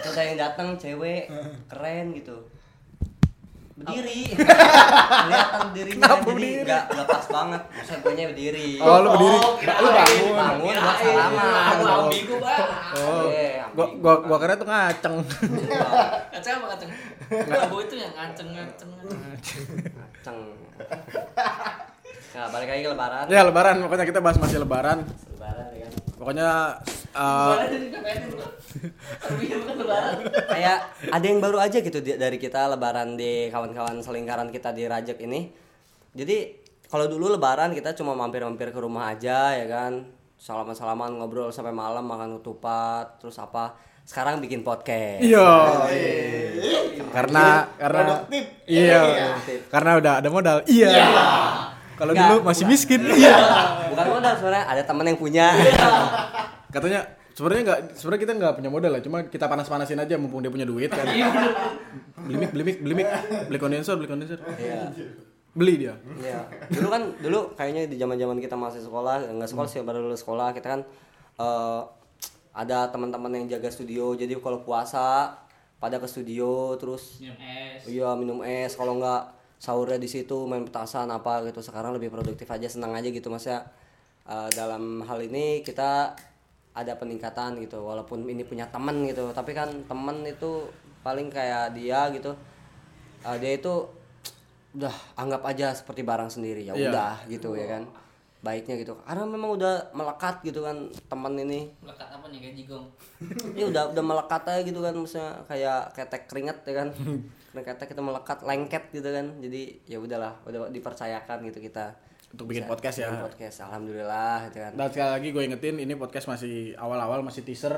Speaker 2: Terus ada yang datang cewek keren gitu.
Speaker 3: (laughs)
Speaker 2: Berdiri. Kelihatan dirinya
Speaker 1: Kenapa
Speaker 2: jadi
Speaker 1: berdiri?
Speaker 2: nggak nggak pas banget. Maksudnya gue berdiri.
Speaker 1: Oh, lu berdiri.
Speaker 2: Lu
Speaker 1: iya,
Speaker 3: iya,
Speaker 2: bangun, bangun, gua
Speaker 4: Kirain.
Speaker 2: salaman.
Speaker 4: Aku ambigu bang.
Speaker 1: Oh.
Speaker 2: Iya,
Speaker 1: Gua
Speaker 2: ambigu.
Speaker 1: gua gua kira tuh ngaceng. (laughs)
Speaker 4: Kacang apa kacang? Prabowo itu yang ngaceng ngaceng.
Speaker 2: Ceng. Nah, balik lagi ke lebaran.
Speaker 1: ya lebaran, pokoknya kita bahas masih lebaran.
Speaker 2: Lebaran ya kan.
Speaker 1: Pokoknya eh,
Speaker 4: Lebaran jadi ngapain lu? Tapi ya bukan lebaran.
Speaker 2: Kayak ada yang baru aja gitu di- dari kita lebaran di kawan-kawan selingkaran kita di Rajek ini. Jadi kalau dulu lebaran kita cuma mampir-mampir ke rumah aja ya kan. Salaman-salaman ngobrol sampai malam makan ketupat terus apa. Sekarang bikin podcast.
Speaker 1: iya. Karena karena
Speaker 3: Produktif.
Speaker 1: Iya.
Speaker 3: Iya.
Speaker 1: Karena udah ada modal. Iya. Kalau
Speaker 2: Nggak,
Speaker 1: dulu masih miskin. Iya.
Speaker 2: Bukan modal sebenarnya ada teman yang punya.
Speaker 1: Katanya sebenarnya nggak sebenarnya kita nggak punya modal lah, cuma kita panas-panasin aja mumpung dia punya duit kan. beli mic, beli mic, beli mic, beli kondensor, beli kondensor.
Speaker 2: Iya.
Speaker 1: Beli dia.
Speaker 2: Iya. Dulu kan dulu kayaknya di zaman-zaman kita masih sekolah, enggak sekolah sih baru lulus sekolah, kita kan eh, ada teman-teman yang jaga studio. Jadi kalau puasa pada ke studio terus
Speaker 4: Minum es.
Speaker 2: iya minum es kalau enggak sahurnya di situ main petasan apa gitu. Sekarang lebih produktif aja, senang aja gitu maksudnya. eh, dalam hal ini kita ada peningkatan gitu walaupun ini punya temen gitu tapi kan temen itu paling kayak dia gitu eh, dia itu udah anggap aja seperti barang sendiri ya
Speaker 1: Iya.
Speaker 2: udah gitu ya kan baiknya gitu karena memang udah melekat gitu kan teman ini
Speaker 4: Melekat apa nih kayak jigong?
Speaker 2: ini udah udah melekat aja gitu kan maksudnya kayak ketek keringat ya kan karena ketek kita melekat lengket gitu kan jadi ya udahlah udah dipercayakan gitu kita
Speaker 1: Untuk bikin
Speaker 2: Bisa
Speaker 1: podcast ya.
Speaker 2: bikin podcast alhamdulillah gitu kan
Speaker 1: Dan sekali lagi gue ingetin ini podcast masih awal-awal masih teaser.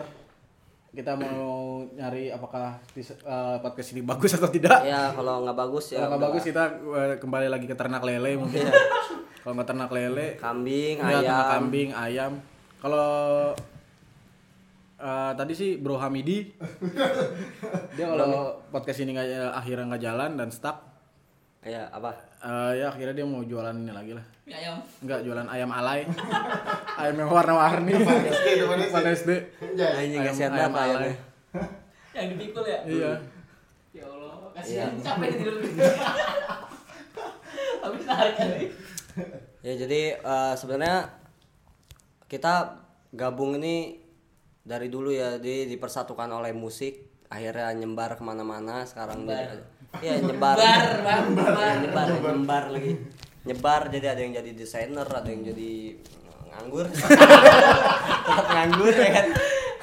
Speaker 1: Kita mau nyari apakah teaser- eh, podcast ini bagus atau tidak.
Speaker 2: ya kalau nggak bagus ya
Speaker 1: Kalau nggak
Speaker 2: udah.
Speaker 1: bagus kita eh, kembali lagi ke ternak lele mungkin. Kalau nggak ternak lele, ya,
Speaker 2: kambing
Speaker 1: ternak
Speaker 2: ayam
Speaker 1: kambing, ayam. Kalau eh, tadi sih Bro Hamidi, dia kalau podcast ini nggak eh, akhirnya nggak jalan dan stuck,
Speaker 2: ya apa
Speaker 1: eh, ya akhirnya dia mau jualan ini lagi lah.
Speaker 4: Mie ayam.
Speaker 1: Nggak jualan ayam alay, ayam yang warna-warni.
Speaker 3: SD, depan SD.
Speaker 1: Depan SD.
Speaker 3: Anjay.
Speaker 2: ini
Speaker 1: Ayam-
Speaker 2: kasihan
Speaker 1: ayam
Speaker 2: banget ayamnya.
Speaker 1: alay.
Speaker 4: Yang dipikul ya?
Speaker 1: Iya.
Speaker 4: Ya Allah, kasihan
Speaker 2: Iya.
Speaker 4: capek dia tidur. (laughs) Habis narik tadi.
Speaker 2: Ya jadi eh, sebenarnya kita gabung ini dari dulu ya di dipersatukan oleh musik akhirnya nyebar kemana-mana sekarang jadi iya nyebar
Speaker 4: Bar, bang, bar.
Speaker 2: nyebar ya, nyebar lagi nyebar jadi ada yang jadi desainer ada yang jadi (laughs) nganggur tetap nganggur ya kan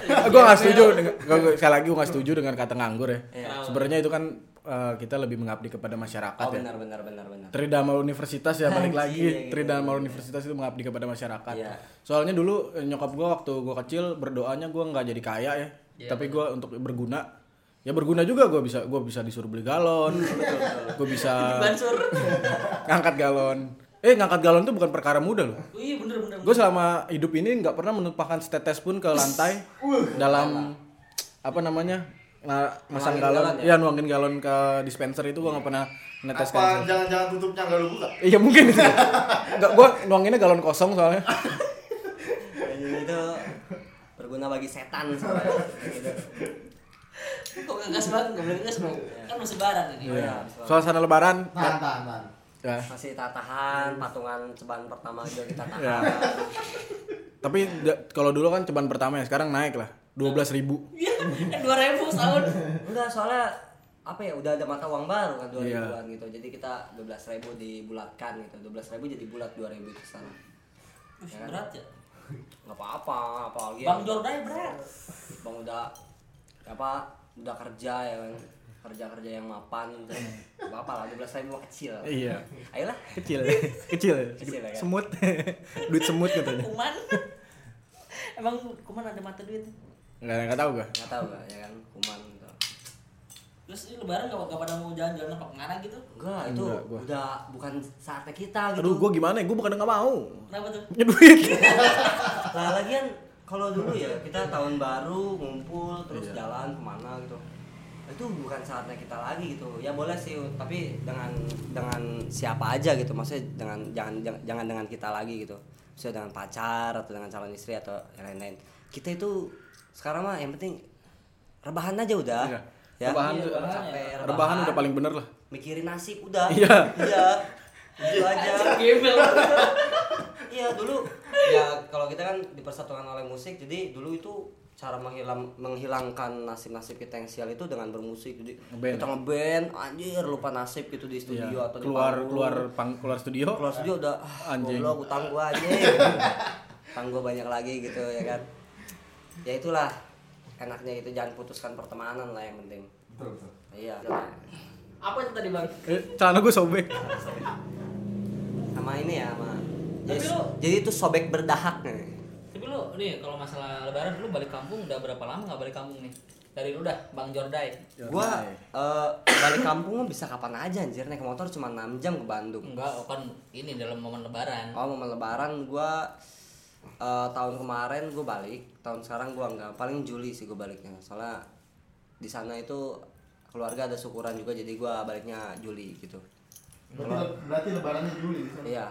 Speaker 1: gue nggak setuju dengan gua- gua- sekali lagi gue nggak setuju dengan kata nganggur ya.
Speaker 2: Iya.
Speaker 1: Sebenarnya itu kan eh, kita lebih mengabdi kepada masyarakat
Speaker 2: oh
Speaker 1: ya.
Speaker 2: benar benar benar benar
Speaker 1: Tridharma Universitas ya balik
Speaker 2: Anjing,
Speaker 1: lagi
Speaker 2: ya gitu.
Speaker 1: Tridharma Universitas itu mengabdi kepada masyarakat.
Speaker 2: Iya.
Speaker 1: Soalnya dulu eh, nyokap gua waktu gua kecil berdoanya gua nggak jadi kaya ya,
Speaker 2: Iya,
Speaker 1: tapi gua untuk berguna. Ya berguna juga gua bisa gua bisa disuruh beli galon, gua bisa
Speaker 4: Bansur.
Speaker 1: ngangkat galon. Eh ngangkat galon tuh bukan perkara mudah loh.
Speaker 4: Wih, bener bener.
Speaker 1: Gue selama hidup ini nggak pernah menumpahkan setetes pun ke lantai dalam apa namanya nah, masang galon,
Speaker 2: Nuangin galon
Speaker 1: ya? nuangin galon ke dispenser itu gue nggak pernah
Speaker 3: apa
Speaker 1: neteskan.
Speaker 3: jangan-jangan tutupnya nggak lu buka
Speaker 1: Iya mungkin itu. Enggak gua nuanginnya galon kosong soalnya.
Speaker 2: itu berguna bagi setan soalnya. Gitu.
Speaker 5: Kok gak gas banget, gak boleh ngegas bro Kan mau sebaran ini
Speaker 1: Iya. Suasana lebaran.
Speaker 6: Tahan, tahan, tahan.
Speaker 1: Ya.
Speaker 2: masih tatahan patungan ceban pertama juga kita tahan
Speaker 1: Ya. Tapi da- kalau dulu kan ceban pertama ya, sekarang naik lah. 12.000 ribu.
Speaker 5: Iya,
Speaker 4: kan? Eh,
Speaker 5: dua ribu setahun
Speaker 2: enggak soalnya apa ya udah ada mata uang baru kan dua
Speaker 1: Iya.
Speaker 2: ribuan gitu jadi kita dua belas ribu dibulatkan gitu dua belas ribu jadi bulat dua ribu ke sana
Speaker 5: Wih, Berat ya
Speaker 2: nggak apa-apa apalagi
Speaker 5: Bang
Speaker 2: yang-
Speaker 5: Jordan berat
Speaker 2: bang udah apa udah kerja ya kan kerja kerja yang mapan gitu nggak apa lah dua belas ribu mah kecil
Speaker 1: Iya.
Speaker 2: ayolah
Speaker 1: Kecil. (laughs) Kecil.
Speaker 2: Kecil ya, kan?
Speaker 1: Semut. Duit semut katanya.
Speaker 5: Kuman (laughs) Emang kuman ada mata duit
Speaker 1: Enggak enggak tahu gua.
Speaker 2: nggak tahu nggak ya kan kuman gitu
Speaker 5: Terus ini lebaran gak, gak pada mau jalan-jalan apa kemana gitu
Speaker 2: enggak itu
Speaker 1: Enggak, gua-
Speaker 2: udah bukan saatnya kita gitu
Speaker 1: Aduh, gua gimana ya? Gua bukan enggak mau.
Speaker 5: Kenapa tuh?
Speaker 1: Punya duit.
Speaker 2: Lah Nah, lagian kalau dulu ya kita tahun baru ngumpul terus
Speaker 1: Iya.
Speaker 2: jalan kemana gitu itu bukan saatnya kita lagi gitu ya boleh sih tapi dengan dengan siapa aja gitu maksudnya dengan jangan jangan, jangan dengan kita lagi gitu maksudnya dengan pacar atau dengan calon istri atau yang lain-lain kita itu sekarang mah yang penting rebahan aja udah
Speaker 1: Iya.
Speaker 2: ya
Speaker 1: Rebahan
Speaker 2: Iya,
Speaker 1: tuh.
Speaker 2: capek,
Speaker 1: Rebahan udah paling bener lah.
Speaker 2: mikirin nasib udah
Speaker 1: Iya.
Speaker 2: iya itu aja
Speaker 5: Gembel (laughs)
Speaker 2: Iya dulu (laughs) ya kalau kita kan dipersatukan oleh musik jadi dulu itu cara menghilang menghilangkan nasib-nasib kita yang sial itu dengan bermusik jadi
Speaker 1: Ngeband.
Speaker 2: kita ngeband anjir lupa nasib gitu di
Speaker 1: Iya.
Speaker 2: studio atau di
Speaker 1: Keluar
Speaker 2: panggung.
Speaker 1: keluar pang, keluar studio.
Speaker 2: keluar studio udah ah,
Speaker 1: Anjing.
Speaker 2: goblok utang gua
Speaker 1: (laughs)
Speaker 2: aja utang gua banyak lagi gitu ya kan ya itulah enaknya itu jangan putuskan pertemanan lah yang penting
Speaker 3: Betul, betul.
Speaker 2: iya
Speaker 4: Apa itu tadi bang?
Speaker 1: Eh, celana gua sobek.
Speaker 2: sama ini ya sama jadi,
Speaker 5: Tapi lu-
Speaker 2: jadi itu sobek berdahak nih
Speaker 5: Tapi lu nih kalau masalah lebaran lu balik kampung udah berapa lama gak balik kampung nih? Dari lu dah Bang Jordai
Speaker 2: gua eh, balik kampung (coughs) mah bisa kapan aja anjir naik motor cuma 6 jam ke Bandung
Speaker 5: Enggak, oh kan ini dalam momen lebaran
Speaker 2: oh mau lebaran gua eh, tahun kemarin gua balik tahun sekarang gua nggak paling Juli sih gua baliknya soalnya di sana itu keluarga ada syukuran juga jadi gua baliknya Juli gitu
Speaker 3: Berarti, berarti lebarannya Juli di sana.
Speaker 2: iya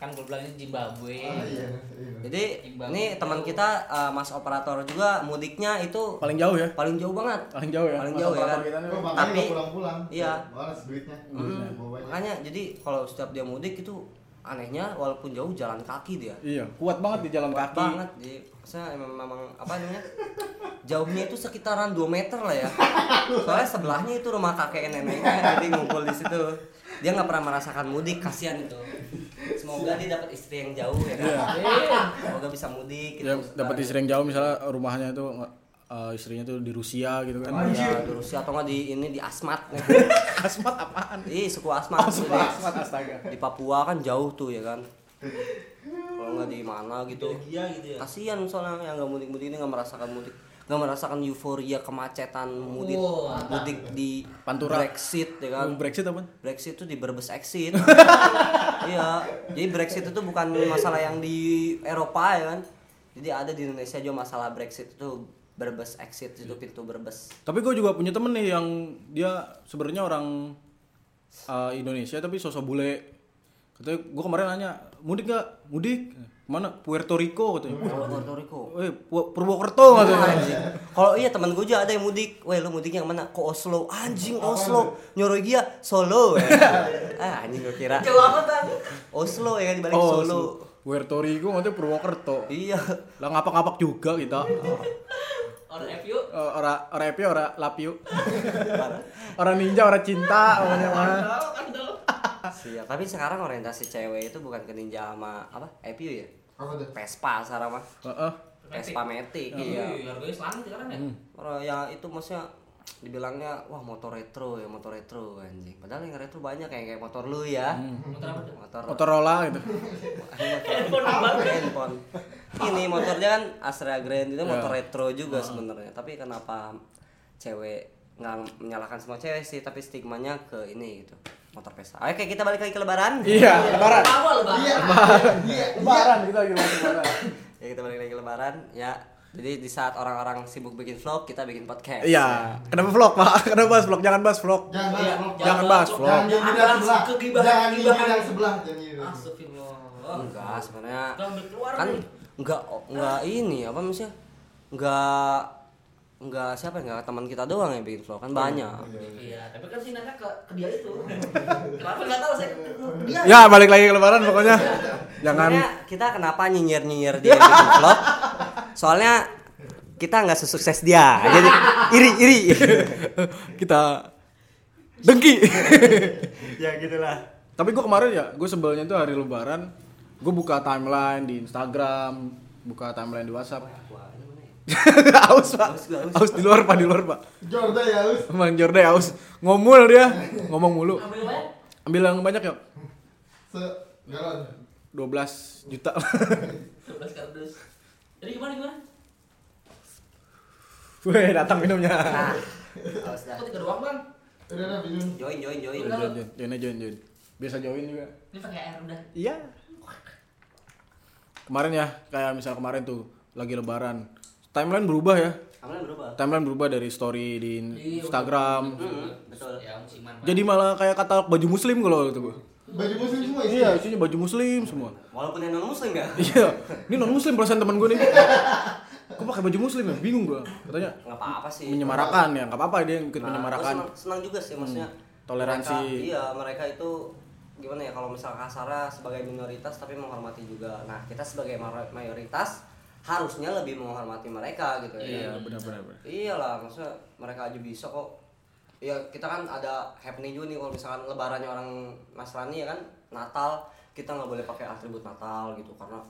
Speaker 5: Kan gue bilang ini Zimbabwe
Speaker 3: Ah, iya, iya.
Speaker 2: jadi
Speaker 5: Imbang.
Speaker 2: ini teman kita eh, mas operator juga mudiknya itu
Speaker 1: Paling jauh ya.
Speaker 2: paling jauh banget
Speaker 1: Paling jauh ya.
Speaker 2: Paling
Speaker 1: Masa
Speaker 2: jauh ya kan?
Speaker 1: perangkat kita nih,
Speaker 3: Oh,
Speaker 1: Bang.
Speaker 3: makanya
Speaker 2: Tapi-
Speaker 3: nggak pulang-pulang.
Speaker 2: Iya.
Speaker 3: Males duitnya.
Speaker 2: Mm.
Speaker 3: Bawa banyak.
Speaker 2: makanya jadi kalau setiap dia mudik itu anehnya walaupun jauh jalan kaki dia
Speaker 1: Iya, kuat banget di jalan
Speaker 2: Kuat
Speaker 1: kaki.
Speaker 2: banget di saya memang, memang apa namanya jauhnya itu sekitaran 2 meter lah ya soalnya sebelahnya itu rumah kakek neneknya jadi ngumpul di situ dia nggak pernah merasakan mudik kasihan itu semoga dia dapat istri yang jauh ya kan?
Speaker 5: Eh.
Speaker 2: semoga bisa mudik gitu
Speaker 1: Ya, Iya. dapat istri yang jauh misalnya rumahnya itu eh, istrinya tuh di Rusia gitu kan. (laughs)
Speaker 2: ya, di Rusia atau nggak di ini di Asmat
Speaker 1: Kasmat apaan?
Speaker 2: ih suku
Speaker 1: Oh,
Speaker 2: Asmat tuh
Speaker 1: sumpah,
Speaker 2: di-
Speaker 1: kasmat astaga.
Speaker 2: di Papua kan jauh tuh ya kan kalau nggak di mana gitu
Speaker 5: Belgia gitu ya
Speaker 2: kasihan soalnya yang nggak mudik-mudik ini nggak merasakan mudik nggak merasakan euforia kemacetan mudik
Speaker 5: Oh,
Speaker 4: Wow, mantap.
Speaker 2: mudik di
Speaker 1: Pantura. Hmm.
Speaker 2: Brexit ya kan
Speaker 1: Yang Brexit apa?
Speaker 2: Brexit itu di Berbes exit (laughs) iya jadi Brexit itu bukan masalah yang di Eropa ya kan jadi ada di Indonesia juga masalah Brexit itu Berbes exit itu pintu Berbes
Speaker 1: Tapi gue juga punya temen nih yang dia sebenarnya orang eh, Indonesia tapi sosok bule. Katanya gue kemarin nanya, mudik gak? Mudik? Mana? Puerto Rico katanya.
Speaker 2: Puerto Rico
Speaker 1: Eh, Pu- Purwokerto katanya.
Speaker 2: Gitu Anjing. Kalau iya teman gue juga ada yang mudik. Weh lu mudiknya yang mana? Ke Oslo. Anjing Oslo. Norwegia Solo. weh. ah anjing gue kira.
Speaker 5: Jauh amat bang
Speaker 2: Oslo ya kan dibalik
Speaker 1: Oh,
Speaker 2: Solo.
Speaker 1: su- Puerto Rico katanya Purwokerto.
Speaker 2: Iya.
Speaker 1: Lah ngapak-ngapak juga kita.
Speaker 5: Orang FU
Speaker 1: Eh, ora ora epi ora lapiu. ora ninja ora cinta pokoknya mah.
Speaker 2: Siap. Tapi sekarang orientasi cewek itu bukan ke ninja sama apa? EPU ya?
Speaker 3: Apa tuh?
Speaker 2: Vespa sekarang mah.
Speaker 1: Heeh.
Speaker 2: Vespa Matic iya.
Speaker 5: Iya, harganya selanjut sekarang ya
Speaker 2: Orang ya itu maksudnya dibilangnya wah motor retro ya motor retro anjing. Padahal yang retro banyak kayak kayak motor lu ya.
Speaker 5: Hmm. Motor apa tuh?
Speaker 2: Motor
Speaker 1: Motorola gitu.
Speaker 2: handphone handphone ini motornya kan Astra Grand
Speaker 1: Ya.
Speaker 2: itu motor retro juga
Speaker 1: Ah.
Speaker 2: sebenarnya tapi kenapa cewek nggak menyalahkan semua cewek sih tapi stigmanya ke ini gitu motor pesta oke kita balik lagi ke lebaran
Speaker 1: iya, lebaran.
Speaker 5: Awal bang
Speaker 3: Iya. Iya.
Speaker 1: Lebaran kita lagi lebaran.
Speaker 2: ya kita balik lagi ke lebaran ya jadi di saat orang-orang sibuk bikin vlog kita bikin podcast
Speaker 1: Iya, kenapa vlog, Pak? (laughs) Kenapa bahas vlog? Jangan bahas vlog.
Speaker 3: Jangan bahas vlog.
Speaker 1: Jangan bahas vlog.
Speaker 3: Jangan nyindir yang
Speaker 5: Apaan
Speaker 3: sebelah.
Speaker 5: sih kegibahan-
Speaker 3: Jangan nyindir
Speaker 5: kegibahan.
Speaker 3: yang sebelah. Jangan nyindir yang sebelah.
Speaker 5: Astagfirullah
Speaker 2: enggak sebenarnya
Speaker 5: Kita ambil keluar
Speaker 2: kan
Speaker 5: nih.
Speaker 2: enggak enggak ini apa maksudnya enggak nggak siapa ya nggak teman kita doang yang bikin vlog
Speaker 1: Oh,
Speaker 2: kan banyak
Speaker 4: Iya, tapi kan sinarnya ke, ke dia
Speaker 5: (laughs)
Speaker 4: itu. Kenapa nggak tahu
Speaker 5: kan
Speaker 4: saya ke- ke dia?
Speaker 1: Ya balik lagi ke lebaran pokoknya. Jangan
Speaker 2: Sebenarnya kita kenapa nyinyir nyinyir dia bikin vlog soalnya kita nggak sesukses dia jadi iri iri
Speaker 1: (laughs) kita dengki.
Speaker 2: ya gitulah
Speaker 1: Tapi gue kemarin ya, gue sebelnya itu hari lebaran, gue buka timeline di Instagram, buka timeline di WhatsApp. (laughs) aus pak,
Speaker 2: Aus, aus.
Speaker 1: aus di luar pak, di luar pak.
Speaker 3: Jordan ya us.
Speaker 1: Bang Jordan aus, ngomul dia, ngomong mulu.
Speaker 4: Ambil banyak.
Speaker 1: Ambil yang banyak ya,
Speaker 3: Se galon.
Speaker 1: 12 juta. (laughs)
Speaker 5: 11 kardus. Jadi gimana gimana?
Speaker 1: Weh datang minumnya.
Speaker 2: Nah. awas dah
Speaker 4: Aku tiga doang bang.
Speaker 3: Udah dah bingung.
Speaker 2: join join join
Speaker 4: Udah.
Speaker 1: Join, join, join, aja, join, join. Biasa join juga.
Speaker 5: Ini pakai air udah.
Speaker 1: Iya. Kemarin ya, kayak misal kemarin tuh lagi lebaran. Timeline berubah ya.
Speaker 2: Amalan berubah
Speaker 1: Timeline berubah dari story di
Speaker 2: Iya,
Speaker 1: Instagram.
Speaker 2: Hmm, betul
Speaker 5: Ya musiman.
Speaker 1: Jadi malah kayak katalog baju muslim kalau itu gua.
Speaker 3: Baju muslim semua isinya.
Speaker 1: Iya, isinya baju muslim semua. (laughs)
Speaker 2: walaupun yang non muslim ya
Speaker 1: Iya, ini non muslim perasaan teman gue nih. Kok pakai baju muslim ya? Bingung gua. Katanya
Speaker 2: nggak apa apa sih
Speaker 1: menyemarakan ya, nggak apa-apa dia ikut
Speaker 2: Nah,
Speaker 1: menyemarakan. Hmm.
Speaker 2: gua senang, senang juga sih maksudnya
Speaker 1: Toleransi.
Speaker 2: mereka- iya mereka itu gimana ya kalau misal kasarnya sebagai minoritas tapi menghormati juga nah kita sebagai mar- mayoritas harusnya lebih menghormati mereka gitu
Speaker 1: Iya,
Speaker 2: ya
Speaker 1: benar-benar. benar.
Speaker 2: iyalah maksudnya mereka aja bisa kok ya kita kan ada happening juga nih kalau misalkan lebarannya orang Nasrani ya kan Natal kita nggak boleh pakai atribut Natal gitu karena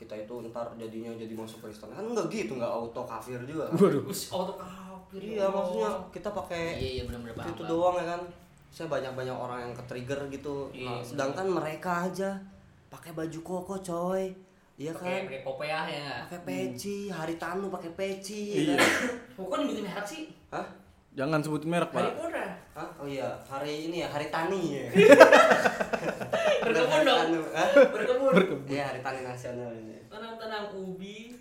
Speaker 2: kita itu ntar jadinya jadi masuk Kristen kan nggak gitu nggak auto kafir juga kan?
Speaker 1: Waduh.
Speaker 5: Us auto oh, kafir.
Speaker 2: iya maksudnya kita pakai
Speaker 5: Iya iya benar-benar paham.
Speaker 2: itu
Speaker 5: paham.
Speaker 2: doang ya kan saya banyak banyak orang yang ke trigger gitu
Speaker 5: Iya,
Speaker 2: Nah,
Speaker 5: bener.
Speaker 2: sedangkan mereka aja pakai baju koko coy iya kan
Speaker 5: Pakai pakai kopiah ya.
Speaker 2: pakai peci hari tanu pakai peci
Speaker 1: Iya. (laughs)
Speaker 2: ya kan?
Speaker 5: Pokoknya dibikin merek sih.
Speaker 2: Hah?
Speaker 1: Jangan sebut merek,
Speaker 5: Hari
Speaker 1: Pak.
Speaker 5: pura.
Speaker 2: Hah? oh iya hari ini ya hari
Speaker 1: (laughs)
Speaker 2: tani ya
Speaker 5: Berkebun
Speaker 2: Hari
Speaker 5: dong.
Speaker 2: Tanu, hah?
Speaker 5: Berkebun.
Speaker 2: iya hari tani nasional ini
Speaker 5: Tanam-tanam ubi.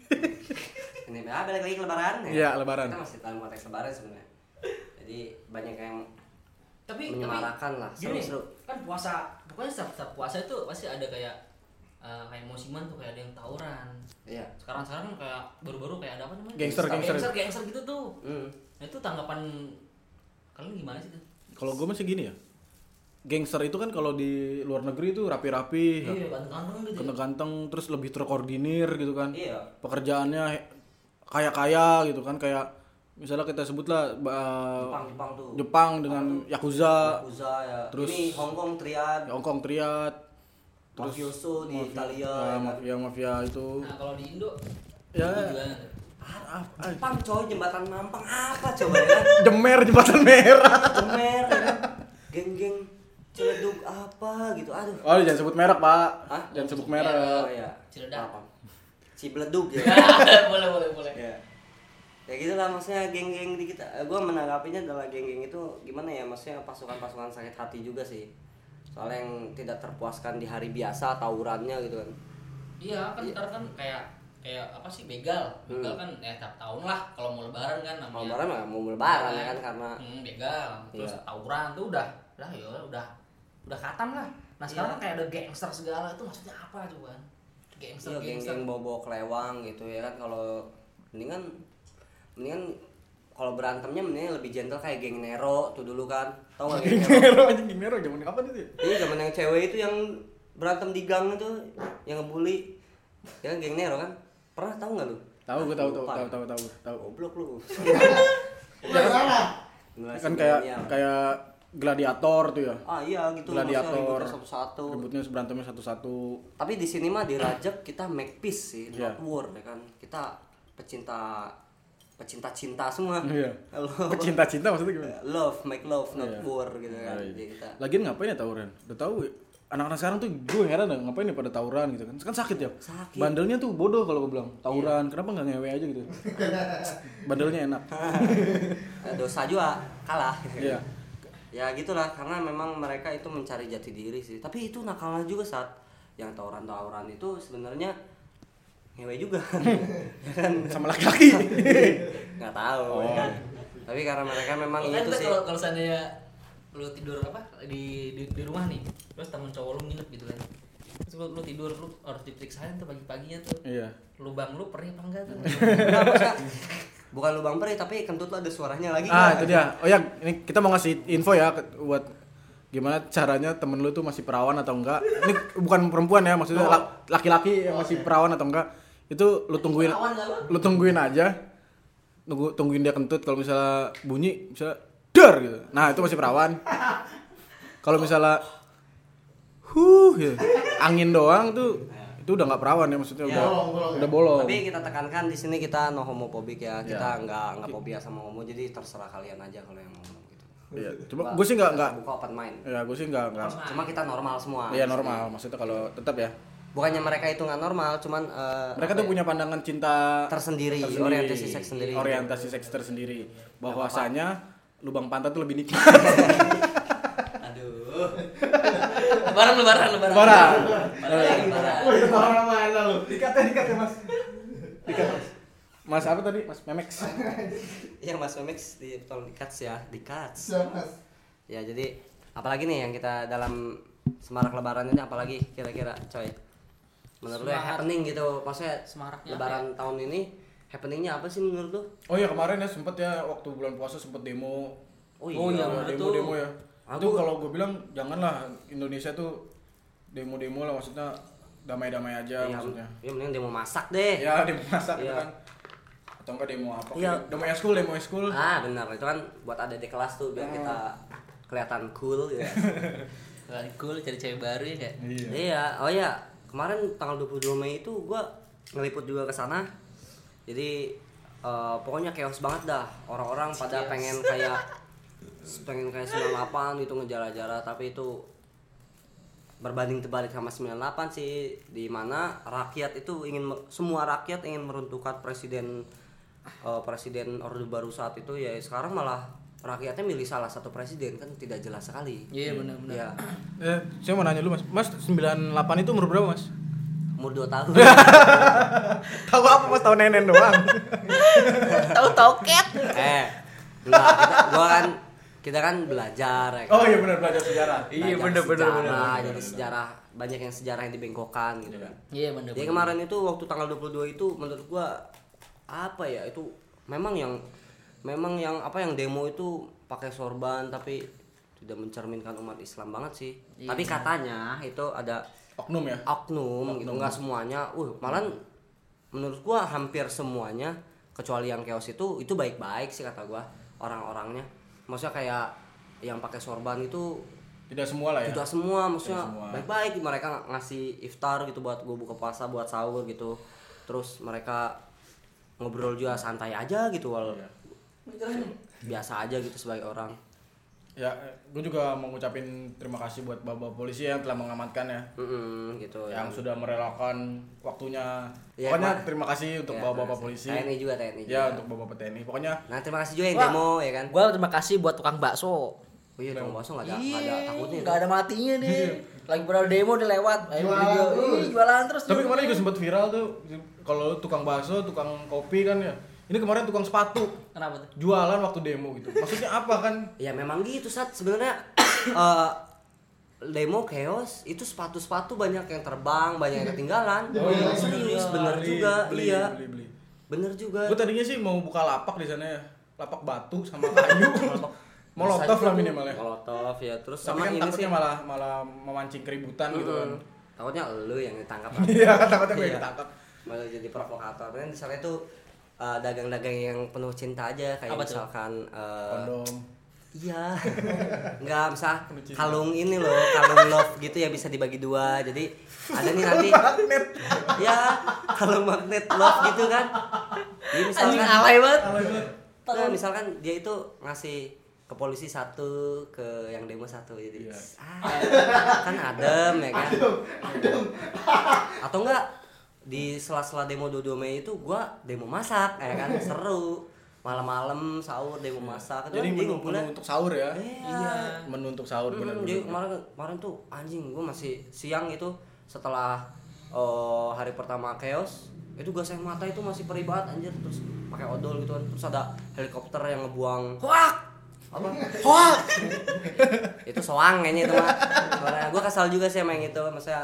Speaker 2: ini ah, balik lagi ke lebaran ya
Speaker 1: Iya, lebaran.
Speaker 2: kita masih dalam konteks lebaran sebenarnya jadi banyak yang
Speaker 5: tapi
Speaker 2: Menyemarakan
Speaker 5: tapi
Speaker 2: lah,
Speaker 5: gini,
Speaker 2: seru-seru.
Speaker 5: kan puasa pokoknya setiap, setiap puasa itu pasti ada kayak eh, kayak musiman tuh kayak ada yang tawuran
Speaker 2: iya
Speaker 5: sekarang sekarang kayak baru-baru kayak ada apa namanya
Speaker 1: Gangster, gangster.
Speaker 5: gangster gangster gitu tuh
Speaker 2: Hmm.
Speaker 5: nah itu tanggapan kalian gimana sih tuh
Speaker 1: Kalau gue masih gini ya. Gangster itu kan kalau di luar negeri itu rapi-rapi,
Speaker 5: iya ganteng-ganteng gitu ya
Speaker 1: ganteng-ganteng terus lebih terkoordinir gitu kan.
Speaker 2: iya
Speaker 1: pekerjaannya he- kaya-kaya gitu kan kayak misalnya kita sebutlah ba-
Speaker 2: Jepang Jepang tuh
Speaker 1: Jepang dengan yakuza,
Speaker 2: Yakuza ya.
Speaker 1: Terus-
Speaker 2: ini Hong Kong Triad,
Speaker 1: Hong Kong triad, terus
Speaker 2: mafioso di Italia.
Speaker 1: ya,
Speaker 2: ya kan.
Speaker 1: mafia mafia itu.
Speaker 5: nah kalau di Indo
Speaker 1: Ya.
Speaker 5: gimana?
Speaker 2: Ah, Jepang coy jembatan Mampang apa coba ya?
Speaker 1: (laughs)
Speaker 2: kan?
Speaker 1: Jemer jembatan merah.
Speaker 2: Jemer, ya kan? geng-geng celeduk apa gitu. Aduh.
Speaker 1: Oh jangan sebut merek pak,
Speaker 2: Hah?
Speaker 1: jangan sebut merek.
Speaker 2: Oh ya.
Speaker 5: Ciledak.
Speaker 2: Cibleduk ya.
Speaker 5: (laughs) boleh boleh boleh
Speaker 2: ya. Ya gitu lah maksudnya geng-geng di kita. eh, Gua menanggapinya adalah geng-geng itu gimana ya maksudnya pasukan-pasukan sakit hati juga sih. Soalnya yang tidak terpuaskan di hari biasa tawurannya gitu kan.
Speaker 5: iya kan ntar kan kayak kayak apa sih begal begal kan ya tiap tahun lah kalau mau lebaran kan namanya
Speaker 2: Hmm. Mau lebaran mah mau lebaran ya kan karena
Speaker 5: hmm, begal terus
Speaker 2: Iya.
Speaker 5: tawuran tuh udah udah ya udah udah katam lah nah sekarang kayak ada gangster segala itu maksudnya apa coba gangster
Speaker 2: Iya
Speaker 5: gangster
Speaker 2: geng-geng bobo kelewang gitu ya kan kalau mendingan mendingan kalau berantemnya mendingan lebih gentle kayak geng Nero tuh dulu kan tau
Speaker 1: (laughs)
Speaker 2: gak geng Nero?
Speaker 1: Merah aja gimana zaman kapan itu? ya?
Speaker 2: Iya zaman yang cewek itu yang berantem di gang itu yang ngebully ya kan geng Nero kan pernah tau nggak lu?
Speaker 1: Tahu gue tahu tahu
Speaker 2: Lupa. Oh,
Speaker 1: tahu tahu tahu tahu.
Speaker 2: Goblok lu.
Speaker 3: Udah salah.
Speaker 2: Generasi
Speaker 1: Kan kayak
Speaker 2: milenial.
Speaker 1: kayak gladiator tuh ya.
Speaker 2: ah iya gitu maksudnya
Speaker 1: Gladiator.
Speaker 2: ributnya satu-satu.
Speaker 1: Rebutnya berantemnya
Speaker 2: (laughs)
Speaker 1: satu-satu.
Speaker 2: Tapi di sini mah di Rajab kita make peace sih,
Speaker 1: Iya.
Speaker 2: not war ya kan. Kita pecinta pecinta cinta semua.
Speaker 1: Iya.
Speaker 2: Lo-
Speaker 1: Pecinta-cinta maksudnya gimana?
Speaker 2: love make love not
Speaker 1: Iya.
Speaker 2: war gitu kan
Speaker 1: Nah,
Speaker 2: jadi
Speaker 1: iya.
Speaker 2: kita
Speaker 1: Lagian ngapain ya tawuran? Udah tahu anak-anak sekarang tuh gue heran ya ngapain ya pada tawuran gitu kan. Kan sakit ya.
Speaker 2: Sakit. Iya.
Speaker 1: Bandelnya tuh bodoh kalau gue bilang. Tawuran, kenapa nggak ngewe aja
Speaker 2: (laughs)
Speaker 1: gitu. Bandelnya enak.
Speaker 2: eh, dosa juga kalah
Speaker 1: Iya.
Speaker 2: ya gitulah karena memang mereka itu mencari jati diri sih tapi itu nakalnya juga saat yang tawuran tawuran itu sebenarnya ngewe
Speaker 1: (laughs)
Speaker 2: juga ya kan
Speaker 1: Sama
Speaker 2: (laughs)
Speaker 1: laki-laki.
Speaker 2: nggak
Speaker 1: Oh.
Speaker 2: tahu ya kan tapi karena mereka memang
Speaker 5: Makanya
Speaker 2: itu
Speaker 5: tuh
Speaker 2: gitu sih
Speaker 5: kalau kalau seandainya lu tidur apa di, di di rumah nih terus temen cowok lu nginep gitu kan terus lu, lu tidur lu harus diperiksain tuh pagi paginya tuh
Speaker 1: iya.
Speaker 5: lubang lu perih apa enggak tuh
Speaker 2: Nggak, maksudnya bukan lubang peri tapi kentut lo ada suaranya lagi
Speaker 1: ah
Speaker 2: nggak?
Speaker 1: itu dia oh ya ini kita mau ngasih info ya ke- buat gimana caranya temen lu tuh masih perawan atau enggak ini bukan perempuan ya maksudnya
Speaker 2: Oh.
Speaker 1: la- laki-laki yang masih perawan atau enggak itu lu tungguin
Speaker 5: Perawan nggak lu?
Speaker 1: lu tungguin aja nunggu tungguin dia kentut kalau misalnya bunyi misalnya der gitu nah itu masih perawan kalau misalnya huh gitu, angin doang tuh itu udah nggak perawan ya maksudnya udah
Speaker 2: Ya.
Speaker 3: Bolong, bolong ya.
Speaker 1: udah bolong
Speaker 2: tapi kita tekankan di sini kita no homofobik ya kita
Speaker 1: Ya.
Speaker 2: nggak nggak fobia sama homo jadi terserah kalian aja kalau yang mau ngomong gitu
Speaker 1: Iya, cuma gue sih nggak nggak
Speaker 2: buka open mind
Speaker 1: ya gue sih nggak nggak
Speaker 2: cuma kita normal semua
Speaker 1: Iya normal, maksudnya kalau tetap ya.
Speaker 2: bukannya mereka itu nggak normal cuman eh,
Speaker 1: Mereka
Speaker 2: apa
Speaker 1: tuh
Speaker 2: ya,
Speaker 1: punya pandangan cinta
Speaker 2: Tersendiri, orientasi seks sendiri.
Speaker 1: Orientasi seks tersendiri. Bahwasanya lubang pantat tuh lebih nikmat.
Speaker 5: Aduh. (laughs) lebaran, lebaran, lebaran.
Speaker 1: Lebaran.
Speaker 5: Lebaran, lebaran.
Speaker 3: Woi, orang mana lu?
Speaker 1: Mas apa tadi? Mas Memex.
Speaker 2: Iya Mas Memex di tolong di cuts ya, di cuts.
Speaker 3: Siap, Mas.
Speaker 2: Ya jadi apalagi nih yang kita dalam semarak lebaran ini apalagi kira-kira coy. Menurut lu yang
Speaker 5: Semarak.
Speaker 2: happening gitu, maksudnya
Speaker 5: Semaraknya ya?
Speaker 2: lebaran tahun ini happeningnya apa sih menurut lu?
Speaker 1: Oh iya kemarin ya sempet ya waktu bulan puasa sempet demo.
Speaker 2: Oh
Speaker 5: Oh iya, bener
Speaker 1: demo
Speaker 5: tuh.
Speaker 1: demo ya.
Speaker 2: Aku-
Speaker 1: Itu kalau gue bilang janganlah Indonesia tuh demo-demo lah maksudnya damai-damai aja
Speaker 2: Iya,
Speaker 1: maksudnya.
Speaker 2: ya, mending dia mau masak deh.
Speaker 1: Ya (laughs) demo masak gitu
Speaker 2: Iya.
Speaker 1: kan. Atau enggak demo apa?
Speaker 2: Iya.
Speaker 1: Demo eskul, demo eskul.
Speaker 2: Ah, benar. Itu kan buat ada di kelas tuh
Speaker 5: Ah.
Speaker 2: biar kita kelihatan cool ya.
Speaker 1: (laughs)
Speaker 5: Lebaran cool cari cewek baru ya kayak.
Speaker 1: Iya.
Speaker 2: Iya, oh ya kemarin tanggal 22 Mei itu gua ngeliput juga ke sana. Jadi eh, pokoknya chaos banget dah. Orang-orang pada pengen kayak pengen kayak 98 itu ngejar-jara gitu, tapi itu berbanding terbalik sama 98 sih di mana rakyat itu ingin me- semua rakyat ingin meruntuhkan presiden eh, presiden Orde Baru saat itu ya sekarang malah rakyatnya milih salah satu presiden kan tidak jelas sekali.
Speaker 5: Iya, benar-benar.
Speaker 2: Ya,
Speaker 1: Eh, saya mau nanya dulu mas, mas 98 itu umur berapa mas?
Speaker 2: umur 2 tahun.
Speaker 1: (laughs) Tahu apa mas? Tahu nenen doang.
Speaker 5: Tahu toket.
Speaker 2: eh enggak kita gua kan kita kan belajar ya kan?
Speaker 1: (laughs) oh iya benar belajar sejarah.
Speaker 5: Iya,
Speaker 2: Belajar
Speaker 5: bener, bener,
Speaker 2: sejarah,
Speaker 5: bener, bener,
Speaker 2: jadi sejarah banyak yang sejarah yang dibengkokkan gitu kan
Speaker 5: Iya, benar.
Speaker 2: jadi kemarin itu waktu tanggal 22 itu menurut gua apa ya itu memang yang memang yang apa yang demo itu pakai sorban tapi tidak mencerminkan umat Islam banget sih
Speaker 5: Iya.
Speaker 2: tapi katanya itu ada
Speaker 1: Oknum ya.
Speaker 2: oknum gitu nggak semuanya uh malah menurut gua hampir semuanya kecuali yang chaos itu itu baik-baik sih kata gua orang-orangnya maksudnya kayak yang pakai sorban itu
Speaker 1: Tidak semua lah ya.
Speaker 2: tidak semua maksudnya
Speaker 1: Tidak semua.
Speaker 2: baik-baik mereka ng- ngasih iftar gitu buat gua buka puasa buat sahur gitu terus mereka ngobrol juga santai aja gitu wal
Speaker 1: Iya.
Speaker 2: biasa aja gitu sebagai orang
Speaker 1: Ya, gue juga mau ngucapin terima kasih buat bapak polisi yang telah mengamankan ya,
Speaker 2: Mm-mm, gitu
Speaker 1: yang sudah merelakan waktunya.
Speaker 2: Ya,
Speaker 1: Pokoknya
Speaker 2: Pak.
Speaker 1: terima kasih untuk
Speaker 2: Ya,
Speaker 1: bapak-bapak
Speaker 2: terima
Speaker 1: polisi.
Speaker 2: kasih. TNI iya. juga TNI juga.
Speaker 1: Ya, untuk bapak TNI. Pokoknya
Speaker 2: nah terima kasih juga yang
Speaker 5: Wah.
Speaker 2: demo ya kan
Speaker 5: Gua terima kasih buat tukang bakso.
Speaker 2: oh iya dong bosong nggak ada nggak ada
Speaker 5: Iya,
Speaker 2: takutnya kan?
Speaker 5: nggak ada matinya
Speaker 2: (laughs)
Speaker 5: nih. Lagi pada demo dia lewat. Ayo beli
Speaker 3: Jualan
Speaker 5: dia.
Speaker 3: terus.
Speaker 5: Ih, jualan terus.
Speaker 1: tapi kemarin juga sempat viral tuh kalau tukang bakso, tukang kopi kan ya. Ini kemarin tukang sepatu
Speaker 5: Kenapa tuh?
Speaker 1: jualan waktu demo gitu. Maksudnya apa
Speaker 2: (laughs)
Speaker 1: kan?
Speaker 2: Ya memang gitu saat
Speaker 1: (coughs)
Speaker 2: sebenarnya eh, demo chaos itu sepatu-sepatu banyak yang terbang, banyak yang ketinggalan.
Speaker 3: Oh iya,
Speaker 2: serius
Speaker 1: Iya,
Speaker 2: bener
Speaker 1: beli,
Speaker 2: juga,
Speaker 1: beli,
Speaker 2: iya.
Speaker 1: Beli, beli.
Speaker 2: Bener juga.
Speaker 1: Gue tadinya sih mau buka lapak di sana ya. Lapak batu sama
Speaker 2: (laughs)
Speaker 1: kayu. Molotov lah
Speaker 2: Bisa juga
Speaker 1: minimal
Speaker 2: tuh.
Speaker 1: ya.
Speaker 2: Molotov ya, terus
Speaker 1: Tapi
Speaker 2: sama
Speaker 1: kan
Speaker 2: ini sih. Hmm.
Speaker 1: takutnya malah malah memancing keributan gitu kan.
Speaker 2: Takutnya elu yang ditangkap.
Speaker 1: (laughs) Iya, kan takutnya gue
Speaker 2: Iya.
Speaker 1: ditangkap.
Speaker 2: malah jadi provokator. Dan di sana itu eh, dagang-dagang yang penuh cinta aja kayak
Speaker 5: Apa tuh?
Speaker 2: misalkan eh, (laughs)
Speaker 1: Kondom.
Speaker 2: Iya. Enggak, misal
Speaker 1: Penuh cinta.
Speaker 2: kalung ini loh, kalung love gitu ya bisa dibagi dua. Jadi ada nih nanti
Speaker 1: Net.
Speaker 2: ya kalung magnet love gitu kan. Jadi
Speaker 5: Anjing
Speaker 2: misalkan
Speaker 5: alay banget.
Speaker 2: Nah, misalkan dia itu ngasih ke polisi satu, ke yang demo satu jadi
Speaker 1: Iya.
Speaker 2: ah, kan adem ya kan.
Speaker 3: Aduh, aduh.
Speaker 2: Atau enggak di sela-sela demo 22 Mei itu gua demo masak ya kan seru. Malam-malam sahur demo masak. Itu
Speaker 1: Jadi
Speaker 2: kan dia
Speaker 1: menu,
Speaker 2: ngumpulnya.
Speaker 1: menu untuk sahur ya.
Speaker 2: Iya.
Speaker 1: Menu untuk sahur
Speaker 2: Hmm,
Speaker 1: benar.
Speaker 2: jadi kemarin kemarin tuh anjing gue masih siang itu setelah eh, hari pertama chaos itu gas air mata itu masih perih banget anjir terus pakai odol gitu kan terus ada helikopter yang ngebuang hoak apa hoak (laughs) itu soang kayaknya itu mah gue kesal juga sih sama yang itu maksudnya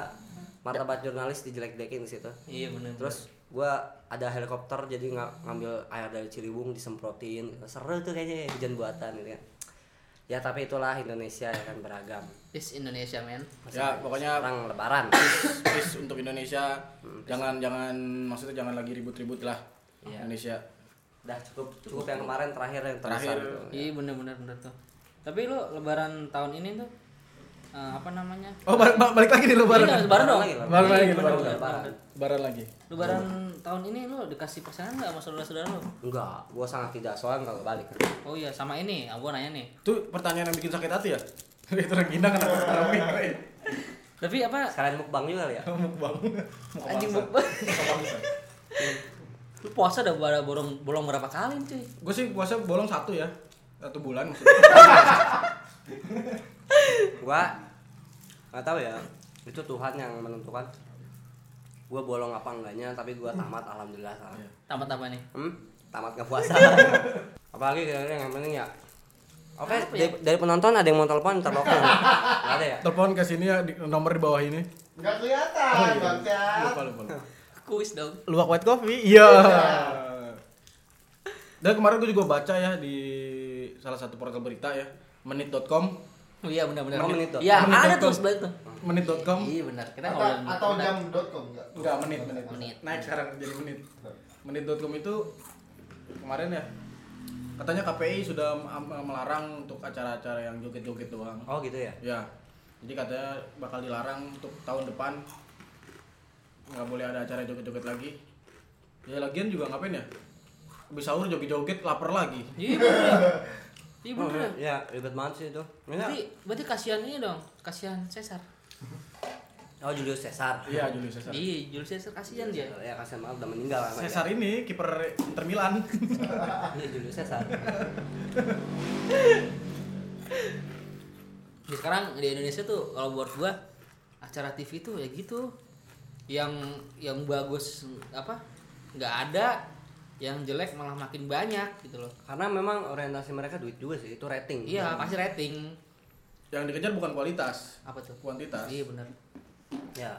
Speaker 2: martabat jurnalis dijelek-jelekin di situ
Speaker 5: Iya benar.
Speaker 2: terus gua ada helikopter jadi nga- ngambil air dari Ciliwung disemprotin seru tuh kayaknya ya, hujan buatan gitu kan ya tapi itulah Indonesia ya kan beragam
Speaker 5: This Indonesia man.
Speaker 1: Ya, pokoknya-
Speaker 2: orang Lebaran
Speaker 1: Peace untuk Indonesia. Jangan jangan maksudnya jangan lagi ribut-ribut lah Indonesia.
Speaker 2: udah cukup cukup yang kemarin terakhir yang terbesar
Speaker 1: Terakhir.
Speaker 2: gitu.
Speaker 5: Iya bener bener bener tuh. Tapi lu Lebaran tahun ini tuh eh, apa namanya?
Speaker 1: Oh, ba- ba- balik lagi di lebaran.
Speaker 5: Iya, Lebaran dong.
Speaker 2: lagi,
Speaker 1: Lebaran lagi,
Speaker 5: Iya, bener,
Speaker 1: Lebaran.
Speaker 5: bener,
Speaker 2: Lebaran.
Speaker 5: bener.
Speaker 1: Lebaran lagi.
Speaker 5: Lebaran tahun ini lu dikasih persenan nggak sama saudara-saudara lu?
Speaker 2: enggak gua sangat tidak soal kalau balik
Speaker 5: Oh iya sama ini, aku nanya nih.
Speaker 1: Itu pertanyaan yang bikin sakit hati ya? (laughs) Itu orang Gina kenapa rame keren.
Speaker 5: Tapi apa
Speaker 2: sekalian mukbang juga kali ya
Speaker 1: Mukbang. Muka
Speaker 5: anjing
Speaker 1: bangsa.
Speaker 5: bukber?
Speaker 1: Muka bangsa.
Speaker 5: Lu puasa udah bar- borong bolong berapa kali cuy?
Speaker 1: Gue sih puasa bolong satu ya. Satu bulan maksudnya.
Speaker 2: gua nggak tahu ya itu Tuhan yang menentukan gua bolong apa enggaknya tapi gua tamat alhamdulillah tamat
Speaker 5: Tamat apa nih?
Speaker 2: hmm? tamat nggak puasa (laughs) apalagi kayaknya yang penting ya oke
Speaker 5: Apa ya?
Speaker 2: dari, dari penonton ada yang mau telepon ntar telepon
Speaker 5: (laughs)
Speaker 2: nggak ada ya
Speaker 1: Telepon ke sini ya di nomor di bawah ini.
Speaker 3: Nggak kelihatan, bangsat.
Speaker 1: Oh, iya. Lupa lupa. lupa.
Speaker 5: Kuis dong.
Speaker 1: Luwak white coffee. Iya. Dan kemarin gue juga baca ya di salah satu portal berita ya, menit.com.
Speaker 5: Oh iya benar-benar.
Speaker 2: Emang menit tuh?
Speaker 5: Iya,
Speaker 1: Menit
Speaker 5: ada
Speaker 1: tuh.
Speaker 5: tuh sebelah itu.
Speaker 1: Menit.com.
Speaker 5: Iya benar. Kita
Speaker 3: Atau,
Speaker 5: ngobrol
Speaker 3: atau
Speaker 5: menit.
Speaker 3: jam.com enggak?
Speaker 1: Oh, Enggak, menit, menit.
Speaker 5: Menit.
Speaker 1: Naik sekarang jadi menit. Menit.com itu kemarin ya katanya KPI sudah m- melarang untuk acara-acara yang joget-joget doang.
Speaker 2: oh gitu ya
Speaker 1: Ya. Jadi katanya bakal dilarang untuk tahun depan nggak boleh ada acara joget-joget lagi. Ya lagian juga ngapain ya? Habis sahur joget-joget lapar lagi.
Speaker 5: Iya benar. Iya
Speaker 2: Oh,
Speaker 5: benar.
Speaker 2: ya ribet banget sih itu Iya. Ini-
Speaker 5: Berarti berarti kasihan ini dong, kasihan Caesar.
Speaker 2: oh Julius Caesar
Speaker 1: Iya, Julius Caesar.
Speaker 5: Iya, Julius Caesar kasihan dia.
Speaker 2: ya kasihan banget udah meninggal kan
Speaker 1: Caesar ini kiper Inter Milan. (laughs)
Speaker 2: iya Julius Caesar
Speaker 5: Ya sekarang di Indonesia tuh kalau buat gua acara TV tuh ya gitu. Yang yang bagus apa? nggak ada, yang jelek malah makin banyak gitu loh.
Speaker 2: karena memang orientasi mereka duit juga sih itu rating
Speaker 5: Iya, pasti rating.
Speaker 1: yang dikejar bukan kualitas,
Speaker 5: Apa tuh?
Speaker 1: kuantitas.
Speaker 5: Iya benar.
Speaker 2: ya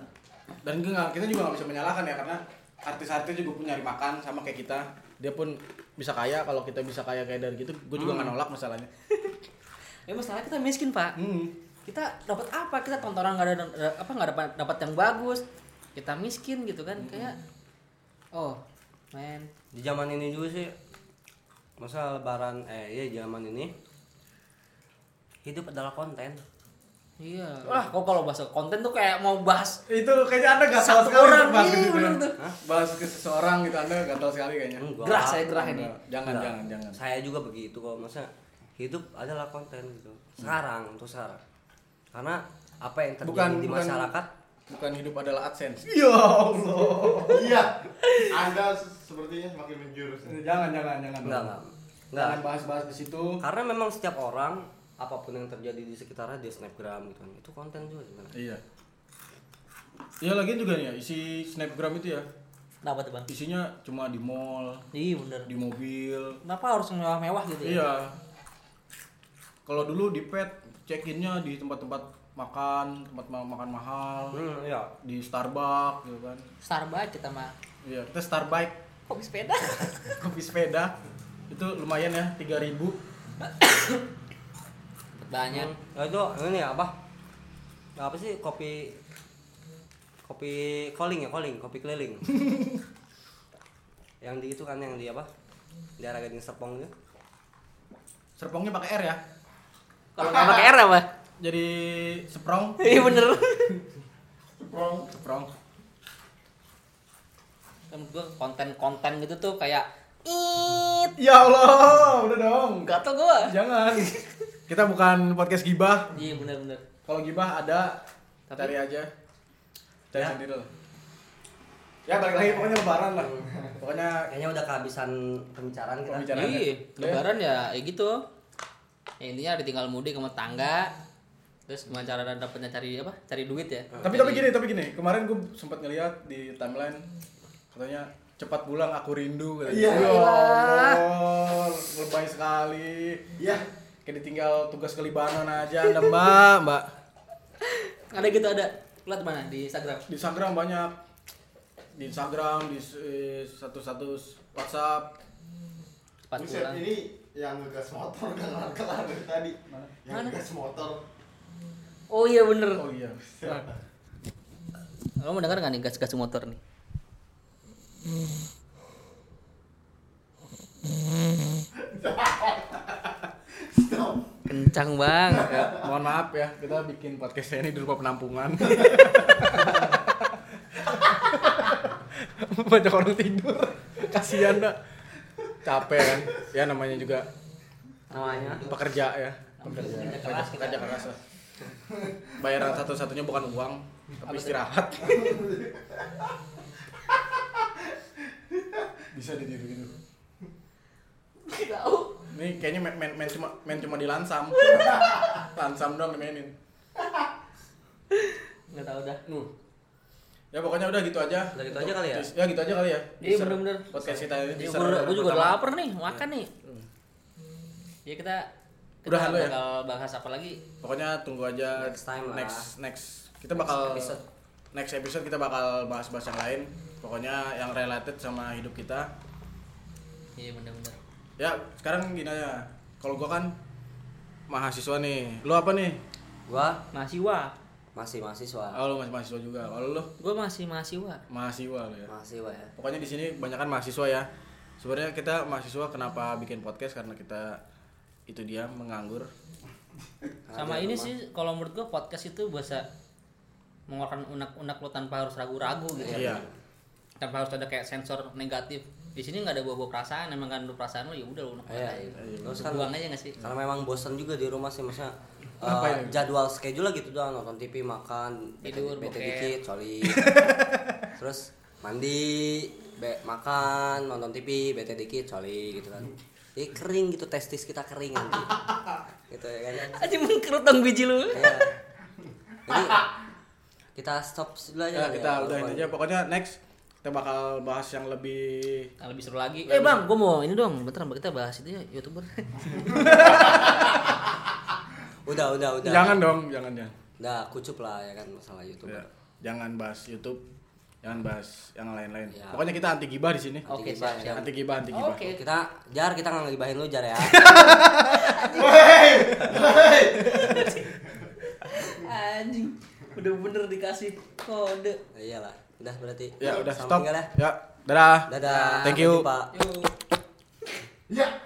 Speaker 1: dan gue nggak- kita juga nggak bisa menyalahkan ya karena artis-artis juga punya nyari makan sama kayak kita dia pun bisa kaya kalau kita bisa kaya kayak dari gitu gue juga
Speaker 5: Hmm.
Speaker 1: nggak nolak masalahnya
Speaker 5: Ya masalah kita miskin, Pak.
Speaker 1: hmm.
Speaker 5: Kita dapat apa? Kita tontonan nggak ada apa nggak dapat dapat yang bagus. Kita miskin gitu kan kayak oh, men.
Speaker 2: di zaman ini juga sih masa lebaran eh iya zaman ini hidup adalah konten
Speaker 5: Iya. Wah, kok kalau bahasa konten tuh kayak mau bahas
Speaker 1: itu kayaknya anda gak
Speaker 5: Satu orang,
Speaker 1: bahas
Speaker 5: iya,
Speaker 1: ke situ ya.
Speaker 5: bener tuh.
Speaker 1: Hah? bahas ke seseorang gitu anda gatal sekali kayaknya
Speaker 2: Enggak.
Speaker 5: gerah saya gerah ini.
Speaker 1: Enggak. jangan
Speaker 2: Enggak.
Speaker 1: jangan jangan
Speaker 2: saya juga begitu kok masa hidup adalah konten gitu sekarang untuk sekarang karena apa yang terjadi
Speaker 1: Bukan-
Speaker 2: di
Speaker 1: bukan-
Speaker 2: masyarakat
Speaker 1: bukan hidup adalah adsense ya allah
Speaker 3: Iya. Anda se- sepertinya semakin menjurus. ya.
Speaker 1: jangan jangan jangan
Speaker 2: enggak enggak enggak
Speaker 1: jangan bahas-bahas di situ
Speaker 2: karena memang setiap orang apapun yang terjadi di sekitarnya di snapgram gitu kan itu konten juga sebenarnya
Speaker 1: iya iya lagi juga nih ya isi snapgram itu ya
Speaker 5: Kenapa tuh, Bang?
Speaker 1: isinya cuma di mall
Speaker 5: Iya, bener.
Speaker 1: di mobil
Speaker 5: Kenapa harus mewah-mewah gitu ya?
Speaker 1: Iya. Kalau dulu di pet check-innya di tempat-tempat makan, tempat ma- makan mahal,
Speaker 2: hmm, iya
Speaker 1: di Starbucks gitu kan.
Speaker 5: Starbucks kita mah
Speaker 1: Iya, kita Starbucks, (laughs)
Speaker 5: kopi sepeda.
Speaker 1: kopi sepeda itu lumayan ya 3000.
Speaker 5: Banyak.
Speaker 2: Hmm. itu ini apa apa sih kopi kopi calling ya calling
Speaker 1: (laughs)
Speaker 2: kopi keliling yang di itu kan yang di apa di arah gading serpong itu
Speaker 1: Serpongnya pakai R ya.
Speaker 5: (laughs) Kalau nggak pakai R apa?
Speaker 1: Jadi seprong,
Speaker 5: (laughs) Iya bener.
Speaker 3: Seprong.
Speaker 1: seprong.
Speaker 5: Kan gua konten-konten gitu tuh kayak it.
Speaker 1: Ya Allah, udah dong.
Speaker 5: Gatel gua.
Speaker 1: Jangan. Kita bukan podcast gibah.
Speaker 5: Iya bener-bener.
Speaker 1: Kalau gibah ada
Speaker 5: Tapi-
Speaker 1: cari aja. Cari
Speaker 2: Ya.
Speaker 1: sendiri lah. Ya balik lagi pokoknya lebaran lah. Pokoknya
Speaker 2: kayaknya udah kehabisan pembicaraan kita
Speaker 1: Pembicaraan. Jalan
Speaker 5: Iya,
Speaker 1: ada.
Speaker 5: lebaran ya, ya gitu. Ya, intinya ditinggal mudik sama tangga. Terus gimana cara dapetnya cari apa? Cari duit ya.
Speaker 1: tapi tapi gini tapi gini kemarin gue sempat ngeliat di timeline katanya cepat pulang aku rindu katanya.
Speaker 3: Iya.
Speaker 1: Ya Allah, lebay sekali
Speaker 3: Iya.
Speaker 1: kayak ditinggal tugas ke Libanon aja anda mbak mbak
Speaker 5: Ada gitu ada. Lihat mana di Instagram.
Speaker 1: di Instagram banyak di Instagram di eh, satu-satu WhatsApp
Speaker 5: cepat
Speaker 3: Buset,
Speaker 5: pulang
Speaker 3: ini yang ngegas motor (laughs) gak kelar-kelar dari tadi. Yang ngegas motor.
Speaker 5: oh iya bener
Speaker 1: oh (laughs) iya
Speaker 5: lo mau dengar nggak nih gas gas motor nih
Speaker 3: Stop.
Speaker 5: kencang bang
Speaker 1: mohon maaf ya kita bikin podcast ini di rupa penampungan (laughs) banyak orang tidur kasihan dah capek kan ya namanya juga
Speaker 4: namanya
Speaker 1: pekerja ya pekerja pekerja, pekerja keras lah bayaran satu-satunya bukan uang tapi istirahat (laughs) bisa ditiru gitu Nih kayaknya main, main, main cuma main cuma di (laughs) lansam. lansam doang dimainin.
Speaker 5: nggak tahu dah
Speaker 1: Nuh. Ya pokoknya udah gitu aja.
Speaker 2: Udah gitu
Speaker 1: Untuk
Speaker 2: aja kali ya? Iya,
Speaker 1: teas- Ya gitu aja kali ya.
Speaker 5: Iya,
Speaker 1: Teaser
Speaker 5: bener-bener.
Speaker 1: Podcast kita ini
Speaker 5: Ya,
Speaker 1: teaser
Speaker 5: gue
Speaker 1: episode
Speaker 5: juga udah
Speaker 1: pertama.
Speaker 5: lapar nih makan nih ya kita kita
Speaker 1: Udahan lo ya?
Speaker 5: bakal bahas apa lagi
Speaker 1: Pokoknya tunggu aja
Speaker 2: Next time lah.
Speaker 1: next next kita bakal
Speaker 2: Next episode.
Speaker 1: next episode kita bakal bahas-bahas yang lain. Pokoknya yang related sama hidup kita.
Speaker 5: iya bener-bener
Speaker 1: Ya, sekarang gini aja. Kalau gua kan mahasiswa nih. Lu apa nih?
Speaker 2: Gua
Speaker 5: mahasiswa
Speaker 2: masih mahasiswa.
Speaker 1: Oh, lu masih mahasiswa juga. Kalau lu
Speaker 5: gue masih mahasiswa
Speaker 1: mahasiswa lu ya.
Speaker 2: Mahasiswa ya.
Speaker 1: Pokoknya di sini kebanyakan mahasiswa ya. Sebenarnya kita mahasiswa kenapa bikin podcast karena kita itu dia menganggur.
Speaker 5: sama ini sih kalau menurut gue podcast itu bisa mengeluarkan unak-unak lo tanpa harus ragu-ragu gitu
Speaker 1: Iya.
Speaker 5: tanpa harus ada kayak sensor negatif di sini nggak ada buah-buah perasaan emang kan lu perasaan lo ya udah lo unek
Speaker 2: Iya,
Speaker 5: aja
Speaker 2: iya.
Speaker 5: Lu
Speaker 2: Terus kan
Speaker 5: buang aja nggak sih
Speaker 2: karena memang bosan juga di rumah sih maksudnya eh,
Speaker 1: Ngapain?
Speaker 2: jadwal schedule gitu doang nonton TV makan bete-
Speaker 5: Tidur,
Speaker 2: bete
Speaker 5: bokep.
Speaker 2: dikit
Speaker 1: (laughs)
Speaker 2: sorry terus mandi be- makan nonton TV bete dikit sorry gitu kan jadi kering gitu testis kita kering anjing
Speaker 1: (laughs)
Speaker 2: gitu ya kan
Speaker 5: aja mengkerut dong biji lu
Speaker 2: Iya. jadi kita stop dulu aja
Speaker 1: Ya,
Speaker 2: kali
Speaker 1: kita
Speaker 2: ya,
Speaker 1: udahin aja. Pokoknya next kita bakal bahas yang lebih
Speaker 5: Nah, lebih seru lagi. Eh bang, gue mau ini dong. Bentar, kita bahas itu ya youtuber.
Speaker 2: udah udah udah
Speaker 1: jangan dong, jangan ya.
Speaker 2: udah kucup lah ya kan masalah YouTube
Speaker 1: Ya, Jangan bahas YouTube, jangan bahas yang lain-lain.
Speaker 2: Ya.
Speaker 1: Pokoknya kita anti gibah di sini.
Speaker 5: Oke,
Speaker 2: Gibah,
Speaker 5: siap,
Speaker 2: ya.
Speaker 5: siap.
Speaker 1: Anti gibah, anti gibah.
Speaker 5: Oke.
Speaker 2: kita jar kita nggak ngegibahin lu jar ya
Speaker 3: Hei, hei.
Speaker 5: Anjing, udah bener dikasih kode.
Speaker 2: iyalah udah berarti
Speaker 1: Ya udah
Speaker 2: Sampai
Speaker 1: stop.
Speaker 2: tinggal ya.
Speaker 1: Ya, dadah.
Speaker 2: dadah
Speaker 1: Thank you.
Speaker 2: Sampai jumpa.
Speaker 5: Yuk.
Speaker 3: Ya.